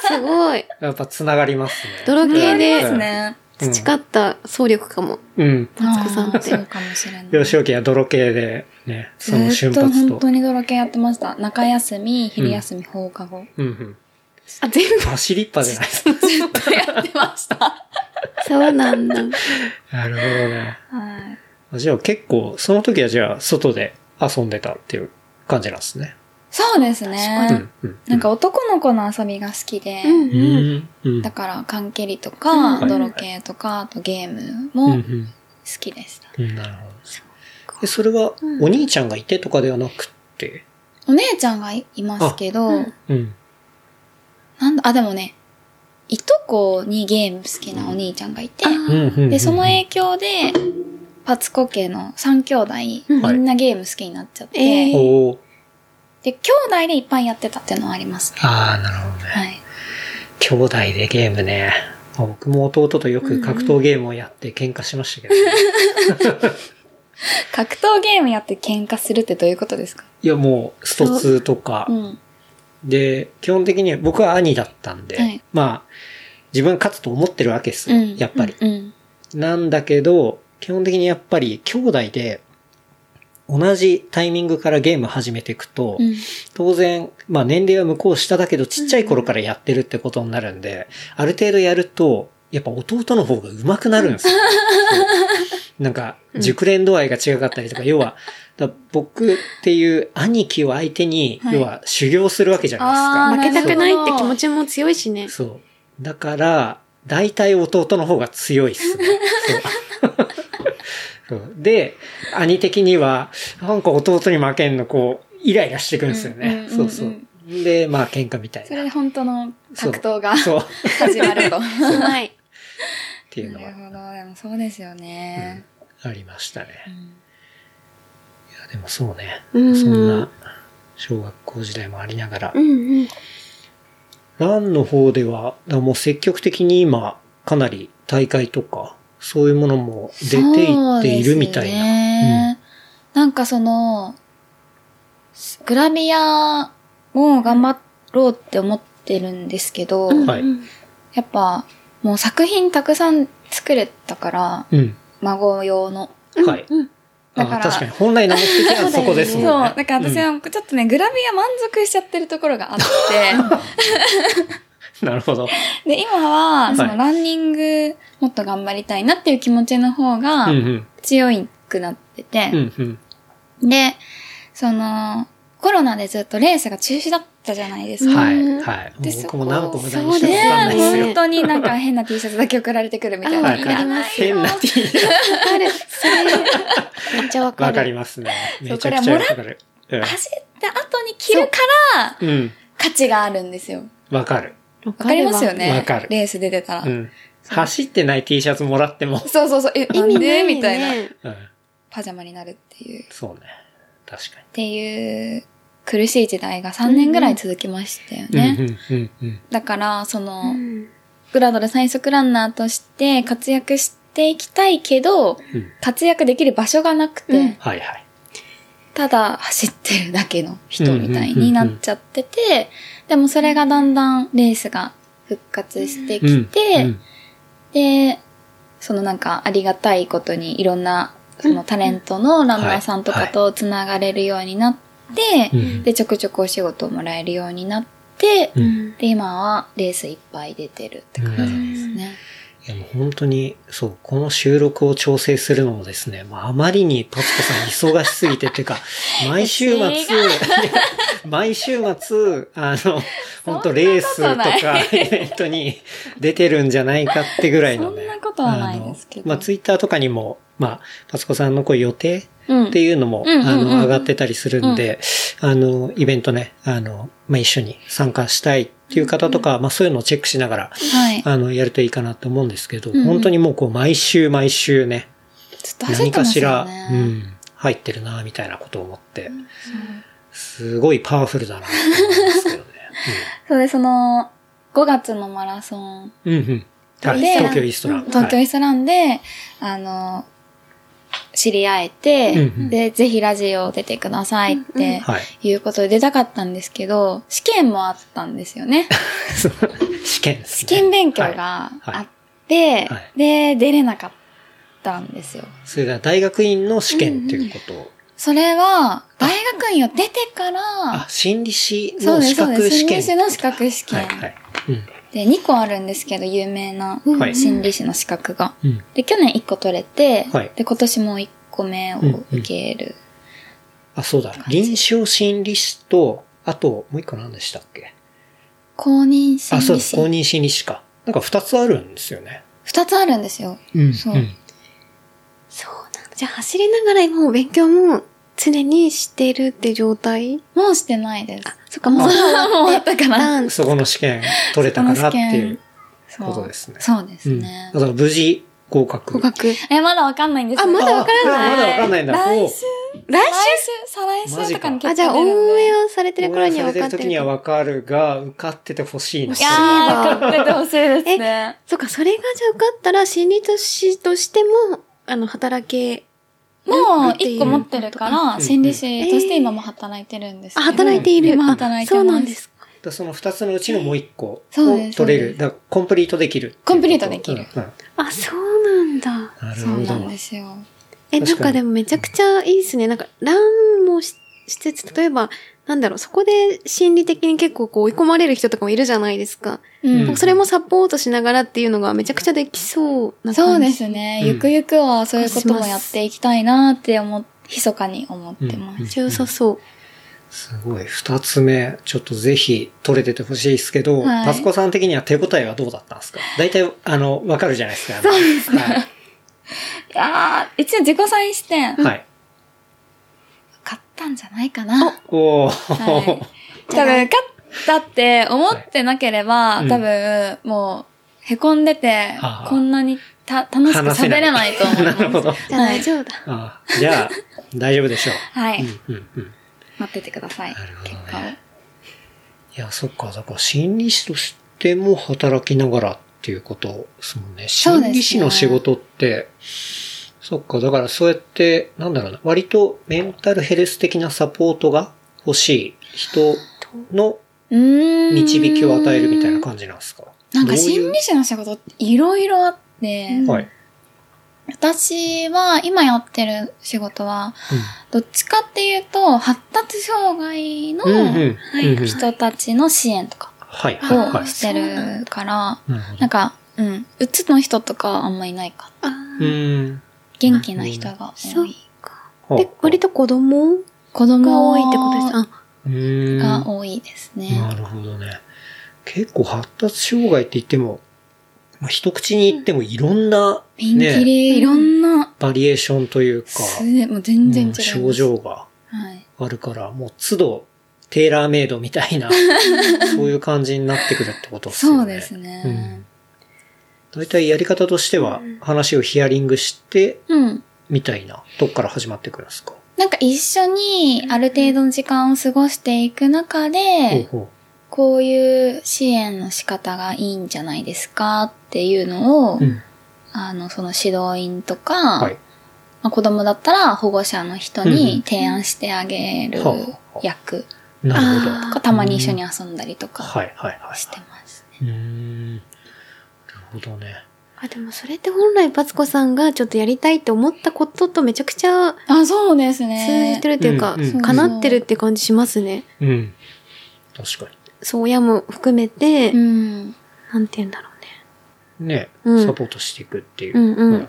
D: すごい。
B: やっぱ繋がりますね。
D: 泥系
C: で
D: で
C: ですね。
B: うん
D: 培った総力かも。
B: うん。
D: マツコさん
C: あー
D: って
C: そうかもしれない。
B: 吉岡は泥系で、ね、その
C: ず
B: 瞬
C: っと
B: 発
C: 本
B: と。
C: 当に泥系やってました。中休み、昼休み、放課後。
B: うんうん。
D: あ、全部。
B: 走りっぱじゃない
C: (laughs)
B: です
C: ずっとやってました。
D: そうな
B: (laughs)
D: んだ。
B: なるほどね。
C: はい。
B: じゃあ結構、その時はじゃあ外で遊んでたっていう感じなんですね。
C: そうですね。
B: うんうん。
C: なんか男の子の遊びが好きで、
D: うん
B: う
D: うん。
B: ん。うん。
C: だから缶蹴りと
D: うん
C: か、
B: はい
C: 泥系とか、あとゲー
B: う
C: ム
B: ん
C: も
B: う
C: 好
B: ん
C: きでした。
B: うん。なるほど。で、それはお兄ちゃんがいてとかではなくて。
C: お姉ちゃんがいいますけど、
D: あうん
B: うん。
C: なんだ、あ、でもね、いとこにゲーム好きなお兄ちゃんがいて、
B: うんうんうん。
C: で、その影響で、パツコ家の3兄弟、
D: うん
C: みんなゲーム好きになっちゃって、
D: えー
B: おー
C: で、兄弟でいっぱいやってたっていうのはありますね。
B: ああ、なるほどね。
C: はい。
B: 兄弟でゲームね。僕も弟とよく格闘ゲームをやって喧嘩しましたけど。 (laughs)
C: 格闘ゲームやって喧嘩するってどういうことですか
B: いや、もう、スト2とか
C: う。ん。
B: で、基本的に僕は兄だったんで、
C: はい
B: まあ、自分勝つと思ってるわけですよ。
C: うん
B: やっぱり。
C: うん。
B: なんだけど、基本的にやっぱり兄弟で、同じタイミングからゲーム始めていくと、
C: うん。
B: 当然、まあ年齢は向こう下だけど、ちっちゃい頃からやってるってことになるんで、ある程度やると、やっぱ弟の方が上手くなるん
C: (laughs)
B: ですよ。そうなんか、熟練度合いが違かったりとか、要は、だ僕っていう兄貴を相手に、
C: はい
B: 要は修行するわけじゃ
C: あ
B: ない
C: ー
D: 負けたくないっ
C: な
D: て
C: るほど
D: 気持ちも強いしね
B: で。すか。そう。だから、大体弟の方が強いっすね。 (laughs) そうそうで、兄的には、なんか弟に負けんの、こう、イライラしてくるんですよ
C: うんうん
B: ね
C: う。んうん
B: そうそう。で、まあ喧嘩みたい
C: それ
B: な。
C: で本当の格闘が (laughs)
B: そう。っ
C: 始まると。な
D: はい。
B: ていうの
C: る
B: は
C: ほど。でもそうですよね。
B: ありましたね。
C: うん
B: いや、でもそうね。
D: うん
B: そんな、小学校時代もありながら
D: う。んうん。
B: ランの方では、だからもう積極的に今、かなり大会とか、そういうものも出ていっているみたい
C: そうです
B: な。
C: ねなんかその、グラビアを頑張ろうって思ってるんですけど、
B: はい
D: うん
C: やっぱもう作品たくさん作れたから、
B: うん。
C: 孫用の。
B: はい。
D: うん
B: あ
C: だから
B: 確かに、本来の目的はそこですもんね。
C: そう、だから私はちょっとね、グラビア満足しちゃってるところがあっ
B: うんなるほど。
C: て、で、今は、そ
B: はい
C: のランニングもっと頑張りたいなっていう気持ちの方が
B: うんうん。
C: 強いくなってて
B: う、んうん。
C: で、その、コロナでずっとレースが中止だったじゃないですか。
B: はい。はい。
C: で
B: 僕も何個無駄に
D: そ
B: して
D: うで
B: も
D: す
B: わかんな
C: ね
D: ね
B: い
C: え、
B: ですよ。
C: 本当になんか変な T シャツだけ送られてくるみたい
D: あ
C: な。
D: わかります
B: 変な T
D: わかる。それ、めっちゃわかる。
B: わかりますね。めちゃくち
C: そ
B: ゃ
C: うこれ
B: わかる。うん
C: 走った後に着るから
B: うん。
C: 価値があるんですよ。
B: わかる。
C: わ
D: わ
C: かりますよね。
B: わかる
C: レース出てたら。
B: うん。走ってない T シャツもらっても。
C: そうそうそう、え、
D: 意
C: な
D: 味
C: ん
D: な
C: で
D: い、ね、
C: みたいな。
B: うん。
C: パジャマになるっていう、っ
B: そうね。確か
C: ていう苦しい時代が3年ぐらい続きましたよ
B: に。
C: ね。
B: うんうんうんうん。
C: だから、その、
D: うん
C: グラドル最速ランナーとして活躍していきたいけど、
B: うん
C: 活躍できる場所がなくて、
D: うん
B: はいはい。
C: ただ走ってるだけの人みたいになっちゃってて、でもそれがだんだんレースが復活してきて、
B: うん
C: で、そのなんかありがたいことにいろんなそのタレントのランナーさんとかとつながれるようになって、
B: うん
C: で、ちょくちょくお仕事をもらえるようになって、
B: う
D: うんん
C: で、今はレースいっぱい出てるって感じですね。
B: いやもう本当に、そう、この収録を調整するのもですね、まあ、あまりにパツコさん忙しすぎて、て
C: (laughs)
B: か、毎週末、いや (laughs) 毎週末、あ
C: (laughs)
B: の、本当レースと
C: そんなこと
B: か (laughs) イベントに出てるんじゃないかってぐらいのね。
C: そんなことはないですけど
B: あのまあ、ツイッターとかにも、まあ、パツコさんのこう予定
C: うん
B: っていうのも、
C: うん
B: あ
C: うんうんう
B: の、
C: ん
B: 上がってたりするんで、あの、イベントね、あの、まあ、一緒に参加したいっていう方とか、まあ、そういうのをチェックしながら、
C: はい。
B: あの、やるといいかなと思うんですけど、
C: んうん
B: 本当にもうこう、毎週毎週ね、
C: ずっと走ってますよね。
B: うん、入ってるな、みたいなことを思って、すごいパワフルだな、と思うんですけど
C: (laughs)
B: ね。
C: それで、その、5月のマラソン、
B: うん。うんうん。はい
C: で
B: 東京イーストラン。
C: 東京
B: は
C: イ
B: い
C: スランで、あの、知り合えて、
B: うんうん
C: で、ぜひラジオ出てくださいって、
B: はい。
C: いうことで出たかったんですけど、試験もあったんですよ
B: (laughs)
C: ね。
B: そう (laughs) 試験です
C: 試
B: ね。
C: 験勉強
B: はい。
C: があって、
B: はい
C: で、出れなかったんですよ。
B: それが大学院の試験っていうこと。
C: それは、大学院を出てから
B: あ、、心理師
C: そう
B: の
C: です、
B: 資
C: そう
B: 格
C: です。
B: 試
C: 心
B: 験。
C: 理師の資格試験。
B: はいはい。うん。
C: で、2個あるんですけど、有名な
B: はい
C: 心理師の資格が。
B: うん。
C: で、去年1個取れて、
B: はい
C: で、今年も1個目を受ける。
B: あ、そうだ。臨床心理師と、あと、もう一個何でしたっけ
C: 公認心
B: あ、そう
C: 理
B: です。
C: 師。
B: 公認心理師か。なんか二つあるんですよね。
C: 2つあるんですよ。
B: うん
C: そう
D: そうなんだ。じゃあ走りながらもう勉強も常にしてるって状態
C: もうしてないです。
D: そっか、もう
C: もう終わったから。
D: ダン
B: そこの試験取れたからっていう
C: そ
B: ことですね。
C: そうです
B: うん
C: ね。
B: だから無事合格。
D: 合格。
C: え、まだわかんないんです
D: あまだわから
B: ないあまだわかんないんだ
C: 来週、
D: 来
C: 来週、再来週とかに結構
D: あ、じゃあ、オンエアされてる頃には
B: 応援され
D: 分かってて
B: る
D: る
B: 時にはわかるが、受かっててほしいな。
C: いやー、買っててほしいですね。
D: そっか、それがじゃあ受かったら、心理師としても、あの、働け、
C: もう一個持ってるか
B: う
C: ら、
B: ん
C: 心理師として今も働いてるんですけ
D: あ、
C: ど。
D: 働いている。
C: 今
D: あ
C: 働いてます。
D: そうなんで。す。
B: だその二つのうちのもう一個を
C: そうです
B: 取れ
C: そう
B: る。
C: です
B: だからコンプリートできるっていうこと。
C: コンプリートできる
B: うんうん
D: あ、そうなんだ。
B: なる
C: そう
B: ほ
C: なんで
B: ど。
C: すよ。
D: え、
B: 確かに
D: なんかでもめちゃくちゃいいですね。なんか、ランもししつつ、例えば、なんだろう、そこで心理的に結構こう追い込まれる人とかもいるじゃないですか。
C: う
D: なん
B: ん
D: かそれもサポートしながらっていうのがめちゃくちゃできそうな感じ。
C: そうですね。
B: うん
C: ゆくゆくはそういうこともやっていきたいなって思っ、密かに思ってま
D: めっ
C: す。
D: ちゃ良さそう。
B: すごい。二つ目、ちょっとぜひ取れててほしいですけど、
C: はい
B: パスコさん的には手応えはどうだったんですか大体、あの、わかるじゃないですか。そうですね。
C: いやー、一応自己採点して、
B: はいはい。
C: 買ったんじゃないかな。
B: おお、
C: はい多分、勝ったって思ってなければ、
B: はい
C: 多分、もう、凹んでて
B: はあ、
C: こんなにた楽しく
B: 話せ
C: 喋
B: ない
C: れないと思います。
B: (laughs) なるほど
D: じゃあ
C: はい
D: 大丈夫だ。
B: あじゃあ、大丈夫でしょう。
C: は
B: う
C: い。
B: んうんうん。
C: 待っててください
B: なる。ほど
C: 結
B: ね
C: 果を。
B: いや、そっか、だから心理師としても働きながらっていうことですもんね。
C: そうですね
B: 心理師の仕事って、そっか、だからそうやって、なんだろうな、割とメンタルヘルス的なサポートが欲しい人の
C: うーん。
B: 導きを与えるみたいな感じなんですか
C: なんか
B: どういう
C: 心理師の仕事っていろいろあって、
D: うん
B: はい。
C: 私は今やってる仕事は、どっちかっていうと、発達障害の
B: うん。うんうん。うんうん
C: 人たちの支援とか
B: はい、はい、は
C: を
B: い。
C: してるから、
B: なるほ
C: な
B: ど
C: ん。か、うん、うつの人とかあんまいないか。
D: あ
B: う
D: ー
B: ん。
C: 元気な人が
D: そ
C: 多
D: っ
C: い。
D: か。
B: ほう
D: で、割と子供
C: 子
D: が
C: 供
D: 多いってことです。あ、
B: うーん
C: が多いです
B: な
C: ね。
B: るほどね。結構発達障害って言っても、まあ、一口に言ってもいろんな、
C: ピンキ
B: ね、
C: リ、いろんな、
B: バリエーションというか、
C: すもう全然違います。
B: うん症状が
C: はい。
B: あるから、もう都度テーラーメイドみた
C: (laughs)
B: いな、そういう感じになってくるってことですよね。
C: そうですね。
B: うん。大体やり方としては
D: うん、
B: 話をヒアリングして、
C: うん。
B: みたいな、とこから始まってくるんですか。
C: なんか一緒にある程度の時間を過ごしていく中
B: ほう
C: で、
B: ほう
C: こういう支援の仕方がいいんじゃないですかっていうのを、
B: うん
C: あの、その指導員とか、
B: はい。
C: まあ、子供だったら保護者の人
B: うんうん
C: に提案してあげる
B: はあはあ
C: 役
B: なるほ
D: あ
B: ど。
C: とか、たまに一緒に遊んだりとか
B: はい、はい、はい。
C: してますね。
B: うーん。なるほどね。
D: あ、でもそれって本来パツコさんがちょっとやりたいって思ったこととめちゃくちゃ通
C: あ、そうですね。
D: じてるっていうか
B: うんうん、
D: 叶ってるって感じしますね。
B: うん。確か
D: そう、親も含めて
C: う、ん。
D: なんて言うんだろうね。
B: に。ね、
D: うん
B: サポートしていくっていう。
D: うんうん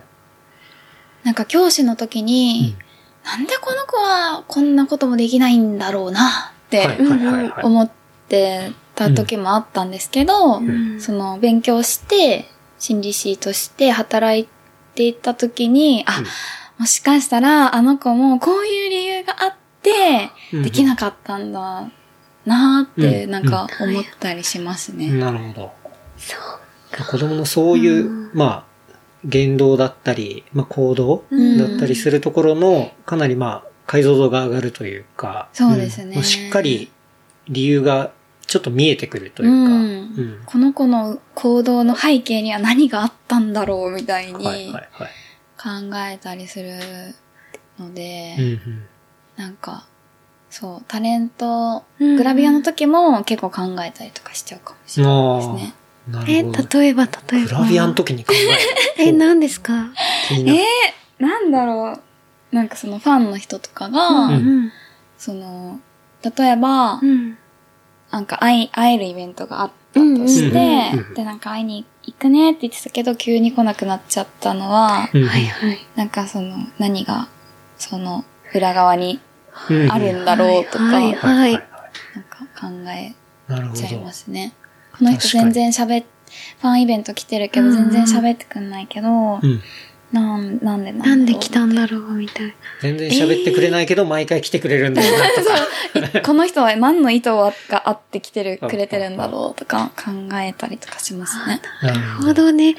C: なんか教師の時に、なんでこの子はこんなこともできないんだろうなって
B: はいはいはいはい。
C: 思ってた時もあったんですけど、
B: ん
D: うん
C: その勉強して心理師として働いていた時に、あ、
B: うん
C: もしかしたらあの子もこういう理由があって
B: うんうん
C: できなかったんだなーって
B: うん
C: なんか思ったりしますね。
B: なるほど。
D: そう。
B: 子供のそういう、
D: うん
B: まあ、言動だったり、まあ、行動
D: うん
B: だったりするところの、かなりまあ、解像度が上がるというか、
C: そうですね
B: んまあしっかり理由がちょっと見えてくるというか、
C: うん
B: うん
C: この子の行動の背景には何があったんだろうみたいに
B: はいはいはい。
C: 考えたりするので、
B: うんうん
C: なんか、そう、タレント、
D: うん
C: グラビアの時も結構考えたりとかしちゃうかもしれないですね。
B: な
D: え、
B: るほど。
D: 例えば、例え
B: グラ
D: ば。
B: ビアの時に考える。
D: え、何ですか
C: (laughs)
B: 気になる
C: なんだろう、なんかそのファンの人とかが、
D: うんん。
C: その、例えば、
D: うん。
C: なんか会い会えるイベントがあったと
B: う
C: して、
B: んうんうん
C: で、なんか会いに行くねって言ってたけど、急に来なくなっちゃったのは、
B: うんうん
D: はいはい。
C: なんかその、何が、その、裏側に
B: うんうん
C: あるんだろうとか、
D: はいはい
B: はいはいは
C: なんか考え
B: い。なるほ
C: ちゃいま
B: ど。
C: すね。この人
B: 確か
C: 全
B: に
C: 然喋っ、ファンイベント来てるけど
D: うんうん
C: 全然喋ってくんないけど、
B: うん。
C: なん、なんでなんだろう
D: なんで来たんだろうみたいな。
B: 全然喋ってくれないけど、毎回来てくれるんだよ
C: (laughs)
B: なとか。
C: いこの人は何の意図があって来てる、くれてるんだろうとか考えたりとかしますね。
B: なる
D: なるほどね。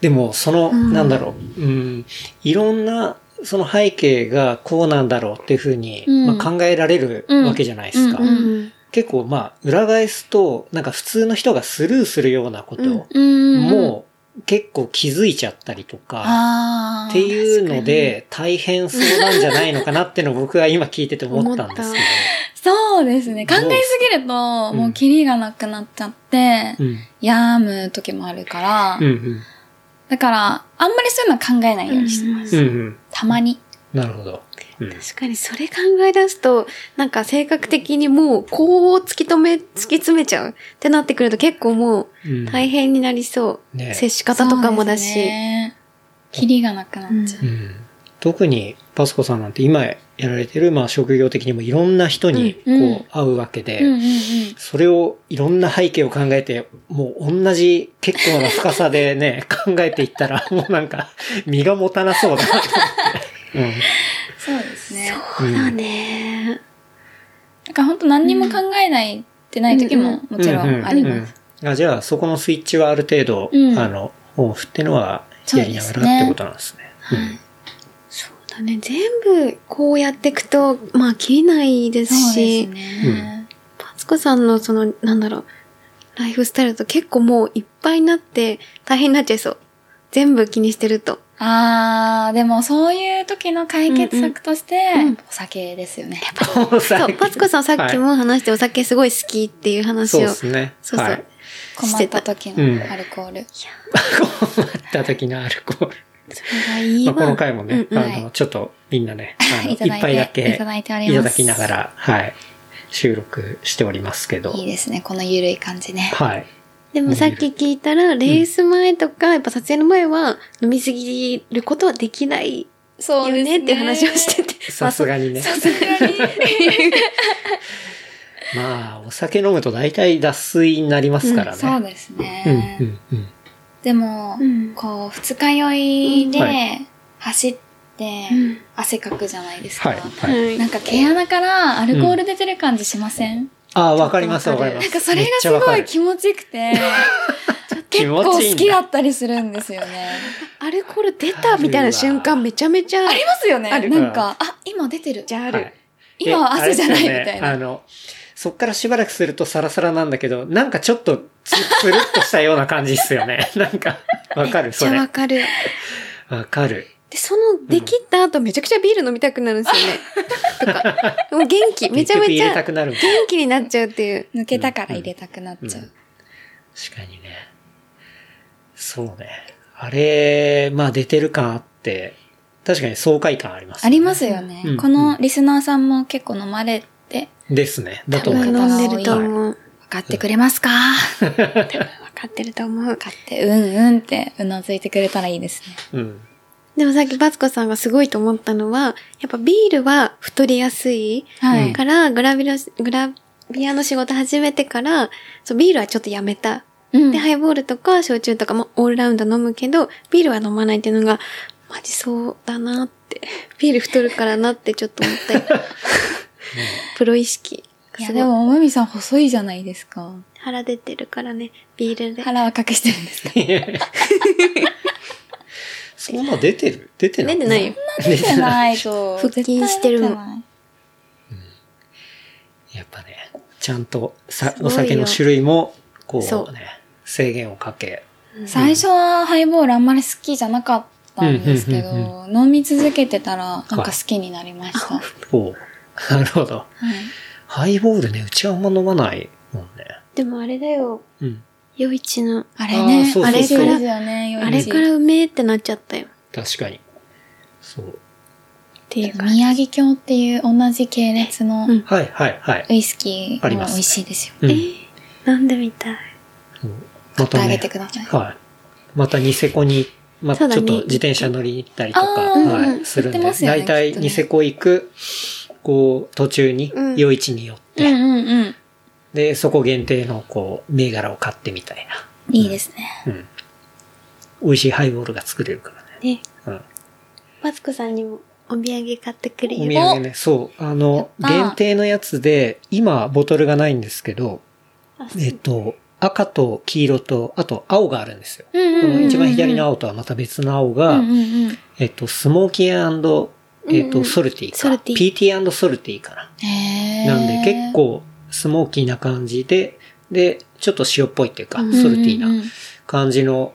B: でも、その、
D: うん
B: なんだろう、うん、いろんな、その背景がこうなんだろうっていうふうに、
C: うん
B: まあ、考えられるわけじゃないですか。
C: うん
D: うん。
B: 結構、まあ、裏返すと、なんか普通の人がスルーするようなこと
D: うん
C: うん
B: も、結構気づいちゃったりとか、
C: ああ。
B: っていうので、大変そうなんじゃないのかなっていうのを僕は今聞いてて思ったんですけ
C: そうですね。考えすぎ
B: う
C: ると、
B: ん
C: もうキリがなくなっちゃって、
B: ど。うん。
C: やむ時もあるから、
B: うんうん。
C: だから、あんまりそういうのは考えないようにしてま
B: う
C: す。
B: んうん。
C: たまに。
B: なるほど。うん。
D: 確かに、それ考え出すと、なんか性格的にもう、こう突き止め、突き詰めちゃうってなってくると結構も
B: うん
D: う大変になりそう。
B: ね
D: 接し方とかもだ
C: そうで
D: し。
C: すね。キリがなくなっちゃう。
B: うん特にパスコさんなんて今やられてる、まあ、職業的にもいろんな人にこう
C: うん
B: 会うわけで、
C: うんうんうん。
B: それをいろんな背景を考えて、もう同じ結構な深さでね、 (laughs) 考えていったら、もうなんか身が持たなそうだなと思
C: (laughs)
B: って。
C: そうですね。
D: そうだね。
C: だから本当何にも考えないってない時もも
B: うん
C: ちろ
B: うん
C: あります。
B: す。うんあじゃあ、そこのスイッチはある程度、
C: うん
B: あの、オンオフってのはやりなが
C: そうですね
B: らってことなんですね。
D: そうだね。全部こうやっていくと、まあ、切りないで
C: そ
D: す
C: うで
D: し
C: す、ね。
D: パツコさんのその、なんだろう、ライフスタイルと結構もういっぱいになって大変になっちゃいそう。全部気にしてると。
C: あー、でもそういう時の解決策として
D: うんうんうん、
C: お酒ですよね。
B: そう
D: そう、パツコさんさっきも話してお酒すごい好きっていう話
B: そう
D: を。
B: ですね。
D: そうそう
B: はい。 (laughs)
C: 困った時
B: うん
C: のアルコール。
B: 困った時のアルコール。
D: それがいい
B: ま
D: わ。
B: あ、この回もね、
D: うんうん
B: あの、ちょっとみんなね、あの
C: いただいて
B: 一杯だけ
C: いただいております
B: いただきながら、はい、収録しておりますけど。
C: いいですね、このゆるい感じね。
B: はい。
D: でもさっき聞いたら、レース前とか、やっぱ撮影の前は飲みすぎることはできない
C: そ
D: よねっていう話をしてて。
B: さすがにね。
C: さすがに。
B: まあ、お酒飲むと大体脱水になりますからね。
C: そうです
B: う
C: ね。
B: ん、うん、うん。
C: でも
D: う、ん。
C: こう、二日酔いで
B: は
C: 走って
D: うん
C: 汗かくじゃないですか。
B: はい、はい。
D: はい
C: なんか毛穴からアルコール出てる感じしません、
B: ああ、わかります、わかります。
C: なんかそれがす
B: めっちゃ
C: ご
B: わか
C: い
B: る
C: 気持ちよくて、
B: 気
C: 結構
B: 持ちいい
C: 好
B: ん
C: きだったりするんですよね。
D: アルコール出たみたいな瞬間めちゃめち
C: (laughs)
D: ゃ
C: ありますよね。
D: ある
C: なんか、あ、今出てる。
D: じゃあ
B: はい
D: る。
B: で
C: 今は汗じゃないみ
B: あれで
C: た
B: す
C: い
B: よねあ
C: な。
B: の、そっからしばらくするとサラサラなんだけど、なんかちょっとつ、つるっとしたような感じっすよね。 (laughs) なんか、わかる、
D: めっち
B: そ
D: ゃ
B: れ
D: わ。かる。
B: わかる。
D: で、そのできた後めちゃくちゃビール飲みたくなるんですよね。
B: (laughs)
D: とか。もう元気、めちゃめ
B: 結局入
D: ち
B: れ
D: ゃ
B: た
D: 元
B: くなるみたいな
D: 気になっちゃうっていう。
C: 抜けたから入れたくなっちゃう。
B: うん確かにね。そうね。あれ、まあ出てる感あって、確かに爽快感あります、
C: ありますよね、
B: うん
C: このリスナーさんも結構飲まれて、
B: ですね。だと
D: 多
B: 思い
D: 分
B: ま
D: 飲
B: す。
D: んでると思う。
C: 分かってくれますかっ
D: 分かってると思う。
C: て、うんうんってうなずいてくれたらいいですね。
B: うん。 (laughs)
D: でもさっきバツコさんがすごいと思ったのは、やっぱビールは太りやすい
C: はい。
B: うん
D: から、グラビラグラビアの仕事始めてから、そうビールはちょっとやめた。
C: うん
D: で、ハイボールとか焼酎とかもオールラウンド飲むけど、ビールは飲まないっていうのが、マジそうだなって。 (laughs) ビール太るからなってちょっと
C: (laughs)
D: 思ったよ。プロ意識。
C: いや、
D: すご
C: でも、もみさん細いじゃないですか。
D: 腹出てるからね、ビールで。
C: 腹は隠してるんですか
B: そんな出てる出てない
D: 出てないよ。
C: 出て (laughs) ないと。
D: 腹筋してる
C: 絶対出てない
B: やっぱね、ちゃんとさ
D: すごい
B: お
D: よ
B: 酒の種類も、こ
D: そう
B: ね、制限をかけ。
C: 最初はハイボールあんまり好きじゃなかったんですけ
B: うんうん
C: ど、飲み続けてたらなんか好きになりました。はい。
B: こう、なるほど。ハイボールね、うちはあんま飲まないもんね。
D: でもあれだよ。
B: うん。
D: 夜市の、
C: あれ
B: あー
C: ね、
B: そう
D: そうそう
C: 美味しいですよね、
D: あれからうめえってなっちゃったよ。っ
B: 確かに。そう。
D: ていうか。
C: 宮城郷っていう同じ系列の
D: うん
B: はいはいはい。
C: ウイスキ
B: あり
C: ー
B: ま
C: が
B: す
C: 美味しいですよ。
B: うん。
D: 飲んでみたい。
B: そうま
C: 買
B: た
C: ってあげ
B: ね
C: て、ください。
B: はい。またニセコに、まあ、ち
D: そ
B: ょっ
D: うだね
B: と自転車乗りに行ったりとか、
C: あー
B: は
D: うんうん
B: い、するんで、
C: 言ってますよね
B: 大体
C: きっとね
B: ニセコ行く、こう、途中に
D: う、ん
B: 夜市に寄って、
C: うんうんうん。
B: で、そこ限定の、こう、銘柄を買ってみたい
C: いいですね。
B: な。うん。美味しいハイボールが作れるからね。
D: ね。
B: うん。
D: マツコさんにもお土産買ってくる
B: お
D: よ。
B: 土産ね、そう。あの、
C: やった
B: 限定のやつで、今、ボトルがないんですけど、
D: あ
B: えっと、赤と黄色と、あと青があるんですよ。
C: うん
B: こ
C: うんう
B: の
C: ん。
B: 一番左の青とはまた別の青が、
C: うんうんうん。
B: えっと、スモーキーえっ
D: うんう
B: と、
D: ん
B: ソルティ
D: ソ
B: か。
D: ルティ
B: PT& ソルティかな。
C: へー
B: なんで結、構スモーキーな感じで、で、ちょっと塩っぽいっていうか、
D: うん
B: ソルティー
C: うんうんう
B: なん感じの、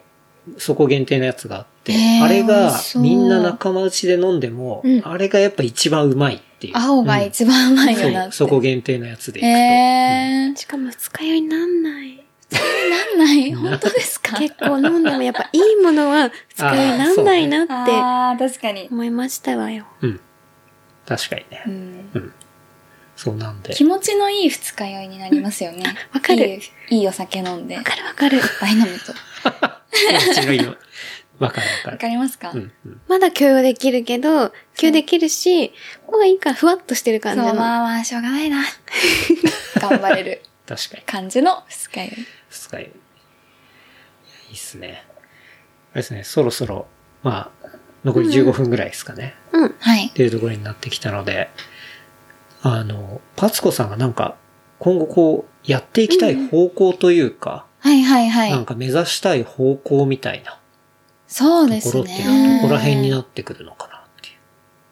B: そこ限定のやつがあって、
C: へー
B: あれ
C: 美
B: が
C: 味しそう
B: みんな仲間内で飲んでも、
D: うん
B: あれがやっぱ一番うまいっていう。
C: 青が
B: うん
C: 一番うまいよな
B: そ
C: っ
B: う、
C: て。
B: そこ限定のやつでいくと。
C: へー
D: しかも二日酔いになんない。
C: なんない本当です
B: (laughs)
C: か
D: 結構飲んでもやっぱいいものは二日酔いになんないなって
C: ああ、確かに。
D: 思いましたわよ。
B: うん。うん確かにね
C: う。ん
B: そうなんで (laughs)
C: 気。持ちのいい二日酔いになりますよね。
D: わかる
C: いい。いいお酒飲んで、いっ
D: わかるわかる。
C: ぱい飲むと。
B: 気持ちがいいの。わかるわ
C: わ
B: か
C: か
B: る。
C: りますか、
B: うんうん。
D: まだ許容できるけど、許容できるし、もういいからふわっとしてる
C: そう、
D: 感じの。
C: まあまあ、しょうが
B: (laughs)
C: ないな。頑張れる
B: 確かに。
C: 感じの二日酔い。
B: 二日酔い。いやいいっすね。あれですね、そろそろ、まあ、残り15分ぐらいですかね。
D: うん。
C: はい
B: っ。ていうところになってきたので、あの、パツコさんがなんか、今後こう、やっていきたい方向というか、
C: はいはいは
B: なん
C: い。
B: か目指したい方向みたいな
C: そうで
B: とこ
C: す
B: ろ
C: ね。
B: っていうのはどこら辺になってくるのかなってい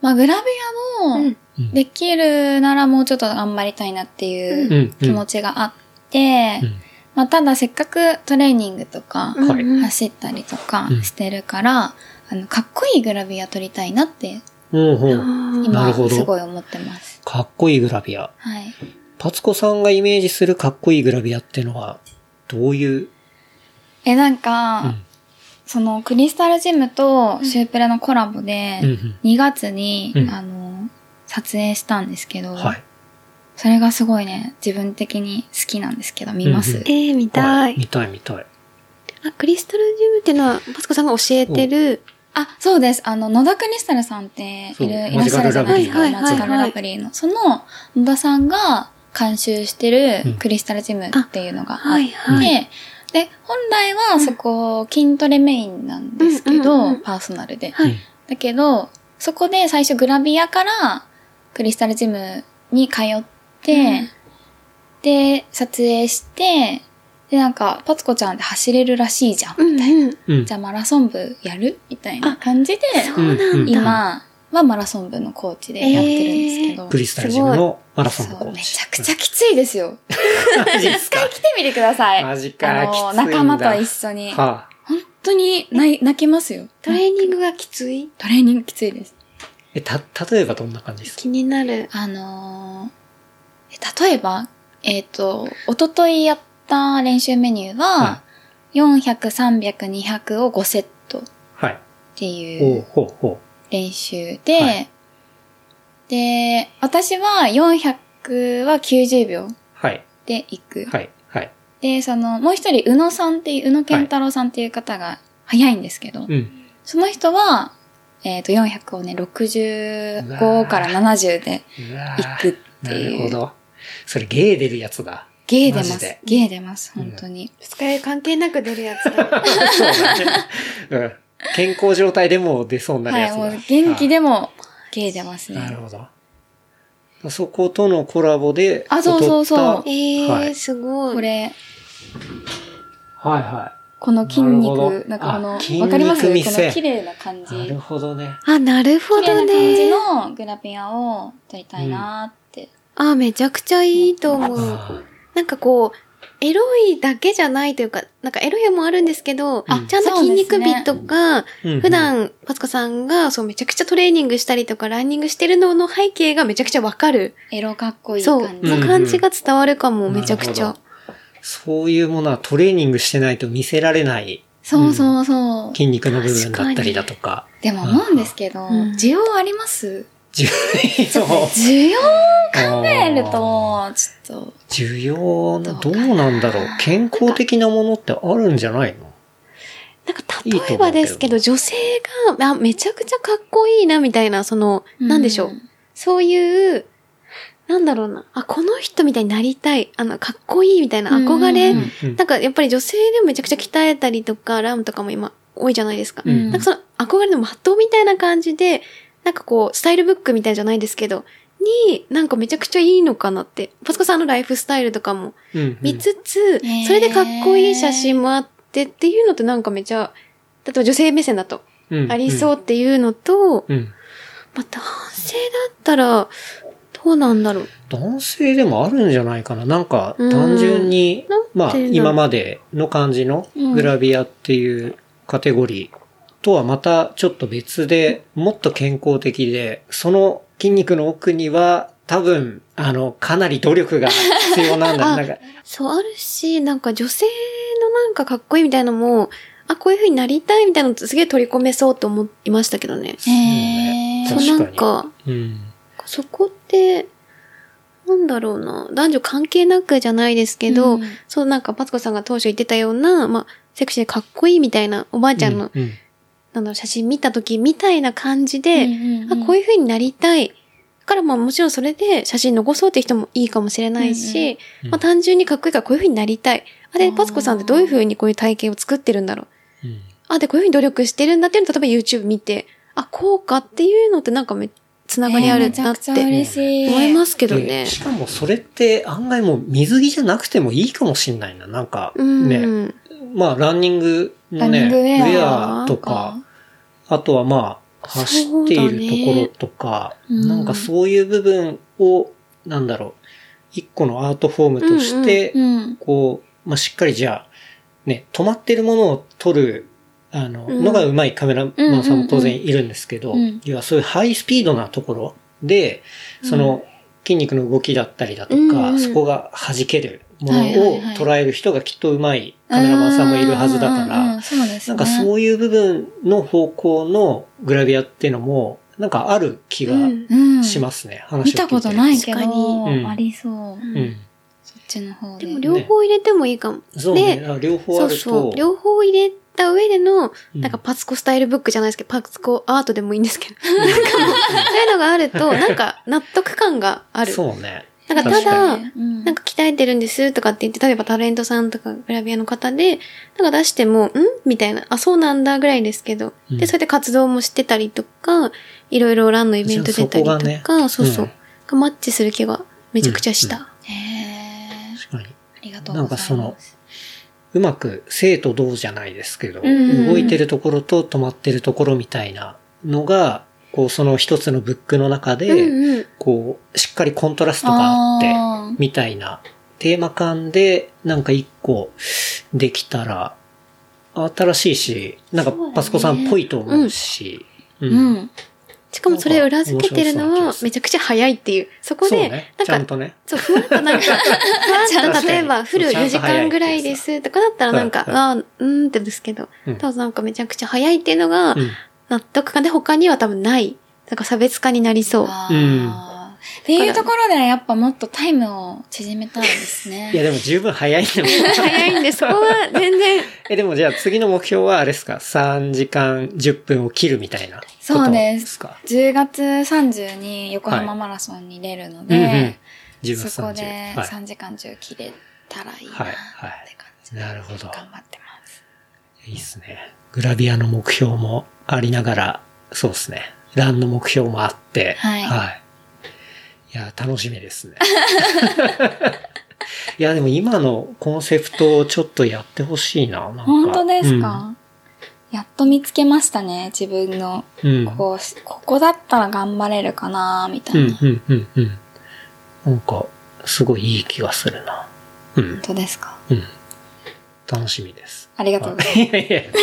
C: まあ、グラビア
D: う
C: も
B: う。う
D: ん、
B: ん、
C: できるならもうちょっと頑張りたいなっていううん気持ちがあって、
B: うん
C: まあ、ただせっかくトレーニングとか、
B: はい
D: うんうん
C: 走ったりとか
B: うん
C: してるから、あの、かっこいいグラビア撮りたいなって、
B: うんうんうん
D: あ
B: な
C: 今、
B: るほど
C: すごい思ってます。
B: かっこいいグラビア。
C: はい。
B: パツコさんがイメージするかっこいいグラビアっていうのは、どういう、
C: え、なん
B: う
C: か、
B: ん、
C: その、クリスタルジムとシュープレのコラボで
B: うん、うん
C: 2月に、
B: うん
C: あの、撮影したんですけど、
B: はい。
C: それがすごいね、自分的に好きなんですけど、見ます。
B: うんうん
D: えー、見た
B: はいい。。見たい見たい。
D: あ、クリスタルジムっていうのは、マツコさんが教えてる、
C: あ、そうです。あの、野田クリスタルさんって
B: そう
C: いる、い
B: マ
C: らっ
B: ジ
C: し
B: カ
C: ゃ
B: ル
C: るじ
B: ラ
C: ゃ
B: ブ
C: ない
B: リー
C: です
B: の
C: か。マジカルラブリーの。その、野田さんが監修して
B: う
C: る
B: ん
C: クリスタルジムっていうのがあ
D: は
C: っ
D: いは
C: て、で、本来はそこ、筋トレメインなんですけ
D: うんうんう
C: ど
D: ん、
C: パーソナルで。
D: はい
C: だけど、そこで最初グラビアからクリスタルジムに通って、
D: うん
C: で、撮影して、で、なんか、パツコちゃんって走れるらしいじゃん。
D: うんうん。
B: うん。うん
C: じゃあマラソン部やるみたいな感じで、
D: そうなんだ。
C: 今はマラソン部のコーチでやってるんですけど。
B: クリスタルジムのマラソンのコ
C: そう、
B: ーチ。
C: めちゃくちゃきついですよ。
B: ゃ。マジっす (laughs)
C: 一
B: か
C: 回来てみてください。
B: マジか
C: あの
B: きついんだ
C: 仲間と一緒に。本
B: はあ、
C: 当に泣い泣けますよ。
D: トレーニングがきつい
C: トレーニングきついです。
B: え、た、例えばどんな感じですか
D: 気になる。
C: あのーえ例えば、えっ、と、おとといやった練習メニューは、400、300、200を5セットっ
B: はい。
C: てい
B: ほう
C: う
B: ほうほ
C: 練習で、
B: はい
C: で、私は400は90秒
B: う。はい。
C: で行く。
B: はい。はい。
C: で、その、もう一人、宇野さんっていう、宇野健太郎さんっていう方が早いんですけど、
B: うん。
C: その人は、えっ、と、400をね、65から70で
B: うわ
C: 行くっ
B: ー
C: て
B: な
C: い
B: る
C: う
B: ほど。それ、ゲー出るやつだ。
C: ゲー出ま
B: マジ
C: す
B: で。
C: ゲー出ます、本当に。
D: 二日酔い関係なく出るやつだ。
B: (laughs) そうだね。うん。健康状態でも出そうになる
C: は
B: や
C: い、
B: つだ。
C: もう元気でもゲー出ます
B: ああなる
C: ね。
B: ほど。そことのコラボで、
C: あそうそうそう
B: 踊っ
D: え
B: は
D: ー、
B: い
D: すごい。
C: これ、
B: たはいは
C: この筋
B: なるほど
C: 肉、なんかこの、
B: あ筋肉
C: わかりますこ
B: 見せ
C: の綺麗な感じ。
B: なるほどね。
D: あ、なるほ
C: 綺麗
D: ど
C: な感じ
D: ね。
C: のグラビアを撮りたいなーって。
D: あ、めちゃくちゃいいと思う。
B: あ
D: なんかこう、エロいだけじゃないというか、なんかエロいもあるんですけど、
B: あ
D: ちゃんと筋肉美とか、
B: ーうん
D: 普段、パツコさんが、そう、めちゃくちゃトレーニングしたりとか、ランニングしてるのの背景がめちゃくちゃわかる。
C: エロかっこいい
D: そう、
C: 感じ。
D: の感じが伝わるかも、
B: うん
D: めちゃくち
B: な
D: ゃ
B: る。そういうものはトレーニングしてないと見せられない
C: そうそうそう。
B: 筋肉の部分だったりだとか。
C: でも思うんですけど、
D: うん
C: 需要あります
B: 需 (laughs)
C: ちょっと
B: 要
C: 需要
B: 考
C: 考えると、ちょっと、
B: 需要な、どうなんだろう。健康的なものってあるんじゃないの
D: なんか、例えばですけど、女性が、あ、めちゃくちゃかっこいいな、みたいな、その、なんでしょう。そういう、なんだろうな。あ、この人みたいになりたい。あの、かっこいいみたいな憧れ。
C: うん
B: うん
D: なんか、やっぱり女性でもめちゃくちゃ鍛えたりとか、ラムとかも今、多いじゃないですか。
B: うん
D: なんかその、憧れの的みたいな感じで、なんかこう、スタイルブックみたいじゃないですけど、に、なんかめちゃくちゃいいのかなって。パスコさんのライフスタイルとかも
B: うん
D: 見つつ、
C: うん
D: それでかっこいい写真もあってっていうのってなんかめちゃ、例えば女性目線だと、
B: うん
D: ありそうっていうのと、
B: うん。
D: まあ、男性だったら、どうなんだろう。
B: 男性でもあるんじゃないかな。なんか、
D: うん
B: 単純に
D: なんて、
B: まあ、
D: いうの
B: 今までの感じのグラビアっていうカテゴリーとはまたちょっと別で、もっと健康的で、その筋肉の奥には、多分、あの、かなり努力が必要なんだ。
D: あ
B: なんか、
D: そうあるし、なんか女性のなんかかっこいいみたいなのも、あ、こういう風になりたいみたいなのすげえ取り込めそうと思いましたけどね。
B: そうね
C: へー
D: そう
B: 確
D: な
B: か
D: ん
B: に。
D: か、
B: うん。
D: そこって、なんだろうな。男女関係なくじゃないですけ
C: う
D: ど、
C: ん
D: そうなんかパツコさんが当初言ってたような、まあ、セクシーでかっこいいみたいなおばあちゃんの、
B: うん。
D: なんだろう、写真見た時みたいな感じで、あ、こう
C: い
D: いう風になりたい。だからまあもちろんそれで写真残そうっていう人もいいかもしれないし、
B: うんうん
D: まあ単純にかっこいいからこういう風になりたい。あ、
C: あ
D: で、
C: ー
D: パツコさんってどういう風にこういう体型を作ってるんだろう。
B: うん
D: あ、で、こういう風に努力してるんだっていうの例えば YouTube 見て、あ、こうかっていうのってなんかめ、つながりある
C: めちゃ
D: なっ
C: くちゃ
D: て
C: 嬉しい。。
D: 思いますすけどね
B: で。しかもそれって案外もう水着じゃなくてもいいかもしんないな。なんか、
D: うん。
B: ね、まあランニングのね、
C: ランニングウェ
D: ア
B: ウェアとか、あとはまあ走っているところとか、
C: そうだね
B: なんかそういう部分を、なんだろう、一個のアートフォームとして、
C: うん。
B: こう、まあしっかりじゃあ、ね、止まってるものを撮る、あの、
D: うん
B: のが上手いカメラマンさんも当然いるんですけど、
C: うんうんうんうん
B: 要はそういうハイスピードなところで、その筋肉の動きだったりだとか、
D: うんうん
B: そこが弾けるもの
C: はいはい
B: を
C: はい
B: 捉える人がきっと上手いカメラマンさんもいるはずだか
C: うんうんうんう
B: ら、
C: ん。そうです
B: な
C: ね。
B: んかそういう部分の方向のグラビアっていうのも、なんかある気が
D: うん
C: うん
B: しますね。話を聞い
C: 見
B: て
C: たことないけ
D: 確か
C: ど、
B: にうん
C: ありそう。
B: うん。
C: そっちの方
D: で
C: で。
D: も両方入れてもいいかも。
B: そうね。あ両方
D: そ
B: あ
D: う
B: ると。
D: そう。両方入れた上での、なんか
B: う
D: パツコスタイルブックじゃないですけど、パツコアートでもいいんですけど、なんかそういうのがあると、なんか納得感がある。
B: そうね。
D: なんかた
B: 確
D: だ、
B: か
C: な
D: なんか鍛えてるんですとかって言って、例えばタレントさんとかグラビアの方で、なんか出しても、んみたいな、あ、そうなんだぐらいですけど、
B: うん
D: で、それで活動もしてたりとか、いろいろランのイベント出たりとか、
B: じゃあそこ
D: そうそう、
B: うん
D: がマッチする気がめちゃくちゃした。
C: へー
B: 確かに。
C: ありがとうございます。
B: なんかうまく生と同じゃないですけど、
C: うんうんうん
B: 動いてるところと止まってるところみたいなのが、こうその一つのブックの中で、
D: うんうん。
B: こうしっかりコントラストがあって、
C: あー
B: みたいなテーマ感でなんか一個できたら新しいし、なんか
D: そうだね
B: パスコさんっぽいと思うし、う
C: うんん。
D: しかもそれ裏付けてるのはめちゃくちゃ早いっていう。そこ
B: そう
D: で、
B: ね。ち
D: な
B: ゃ
D: ん
B: ん
D: か、
B: とね。
D: そう、ふわっ
B: (laughs)
D: となんか、ふわっと例えば、フル4時間ぐらいですとかだったらなんか、
B: うんうん
D: あーうーんってですけど、
B: うん
D: 多分なんかめちゃくちゃ早いっていうのが、
B: うん
D: 納得感で他には多分ない。なんか差別化になりそう。
C: あーっていうところでやっぱもっとタイムを縮めたいですね。
B: いやでも十分早いでも。
D: 早いんで、そこは全然。
C: (laughs)
B: え、でもじゃあ次の目標はあれですか ?3 時間10分を切るみたいなことですか。
C: そうです
B: か。
C: 10月30に横浜マラソンに出るので、
B: うんうん。10分
C: そこ
B: 30。
C: で
B: はい。
C: 3時間中切れたらいいなって
B: は
C: 感
B: い。
C: じで、
B: なるほど。
C: 頑張ってます。
B: いいっすね。グラビアの目標もありながら、そうですね。ランの目標もあって。
C: はい
B: はい。いや、楽しみですね。 (laughs) いや、でも今のコンセプトをちょっとやってほしいな。なんか
C: 本当ですか、やっと見つけましたね、自分の。
B: うん。うん、
C: こうしここだったら頑張れるかな、みた
B: う
C: いな。
B: ん、うん、うん、うん。なんか、すごいいい気がするな。うん
C: 本、当ですか
B: うん。楽しみです。
C: ありがとうございます。
B: いやいやいや。いや、いいっ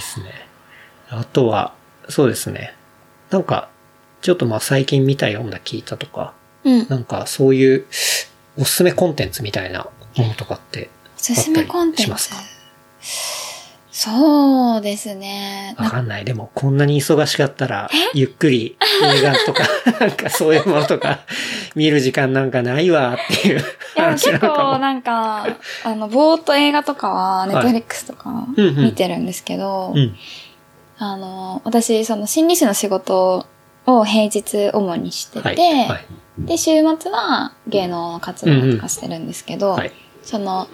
B: すね。あとは、そうですね。なんか、ちょっとまあ最近見た読んだ聞いたとか、
C: うん。
B: なんかそういうおすすめコンテンツみたいなものとかって、
C: おすすめコンテ
B: し
C: ン
B: ま
C: ツ
B: すか。
C: そうですね。
B: わかんない。でも、こんなに忙しかったら、ゆっくり映画
C: (laughs)
B: とか、なんかそういうものとか、見る時間なんかないわって
C: (laughs)
B: いう
C: いや、
B: 話な
C: 結
B: んかも
C: 構なんか、あの、ぼーっと映画とかは、ネッ
B: い
C: トフリックスとか
B: うんうん
C: 見てるんですけど、
B: うん。
C: あの、私、その心理師の仕事を平日主にしてて、
B: はい。はい。
C: で、週末は芸能の活動とかしてるんですけど、
B: はい。
C: その、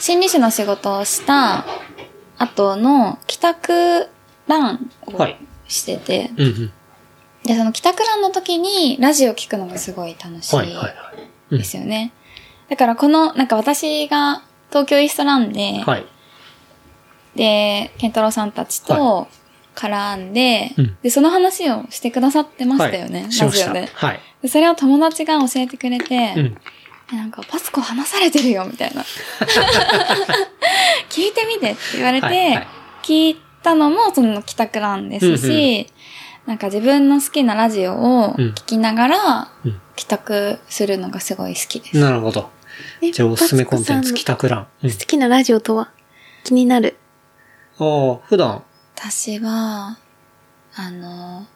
C: 心理師の仕事をした後の帰宅ランを
B: はい。
C: してて、
B: うんうん。
C: で、その帰宅ランの時にラジオ聞くのがすごい楽しい。
B: はい。はい。はいうん
C: ですよね。だからこの、なんか私が東京イーストランで、
B: はい。
C: で、健太郎さんたちと絡んで、
B: うん
C: で、その話をしてくださってましたよね、
B: は
C: ラ
B: い
C: ジ
B: し
C: オ
B: ました。
C: で。
B: はい。
C: でそれを友達が教えてくれて、
B: うん。
C: でなんか、パスコ話されてるよ、みた
B: (laughs)
C: いな。聞いてみてって言われて、
B: はいはい
C: 聞いたのもその帰宅なんですし、なんか自分の好きなラジオを聞きながら
B: うん、
C: 帰宅するのがすごい好きです。
B: なるほど。
D: え
B: (laughs) じゃあ、おすすめコンテンツ、
D: パツ
B: 帰
D: コさん
B: 宅欄。うん
D: の好きなラジオとは気になる。
B: ああ、普段。
C: 私は、あの、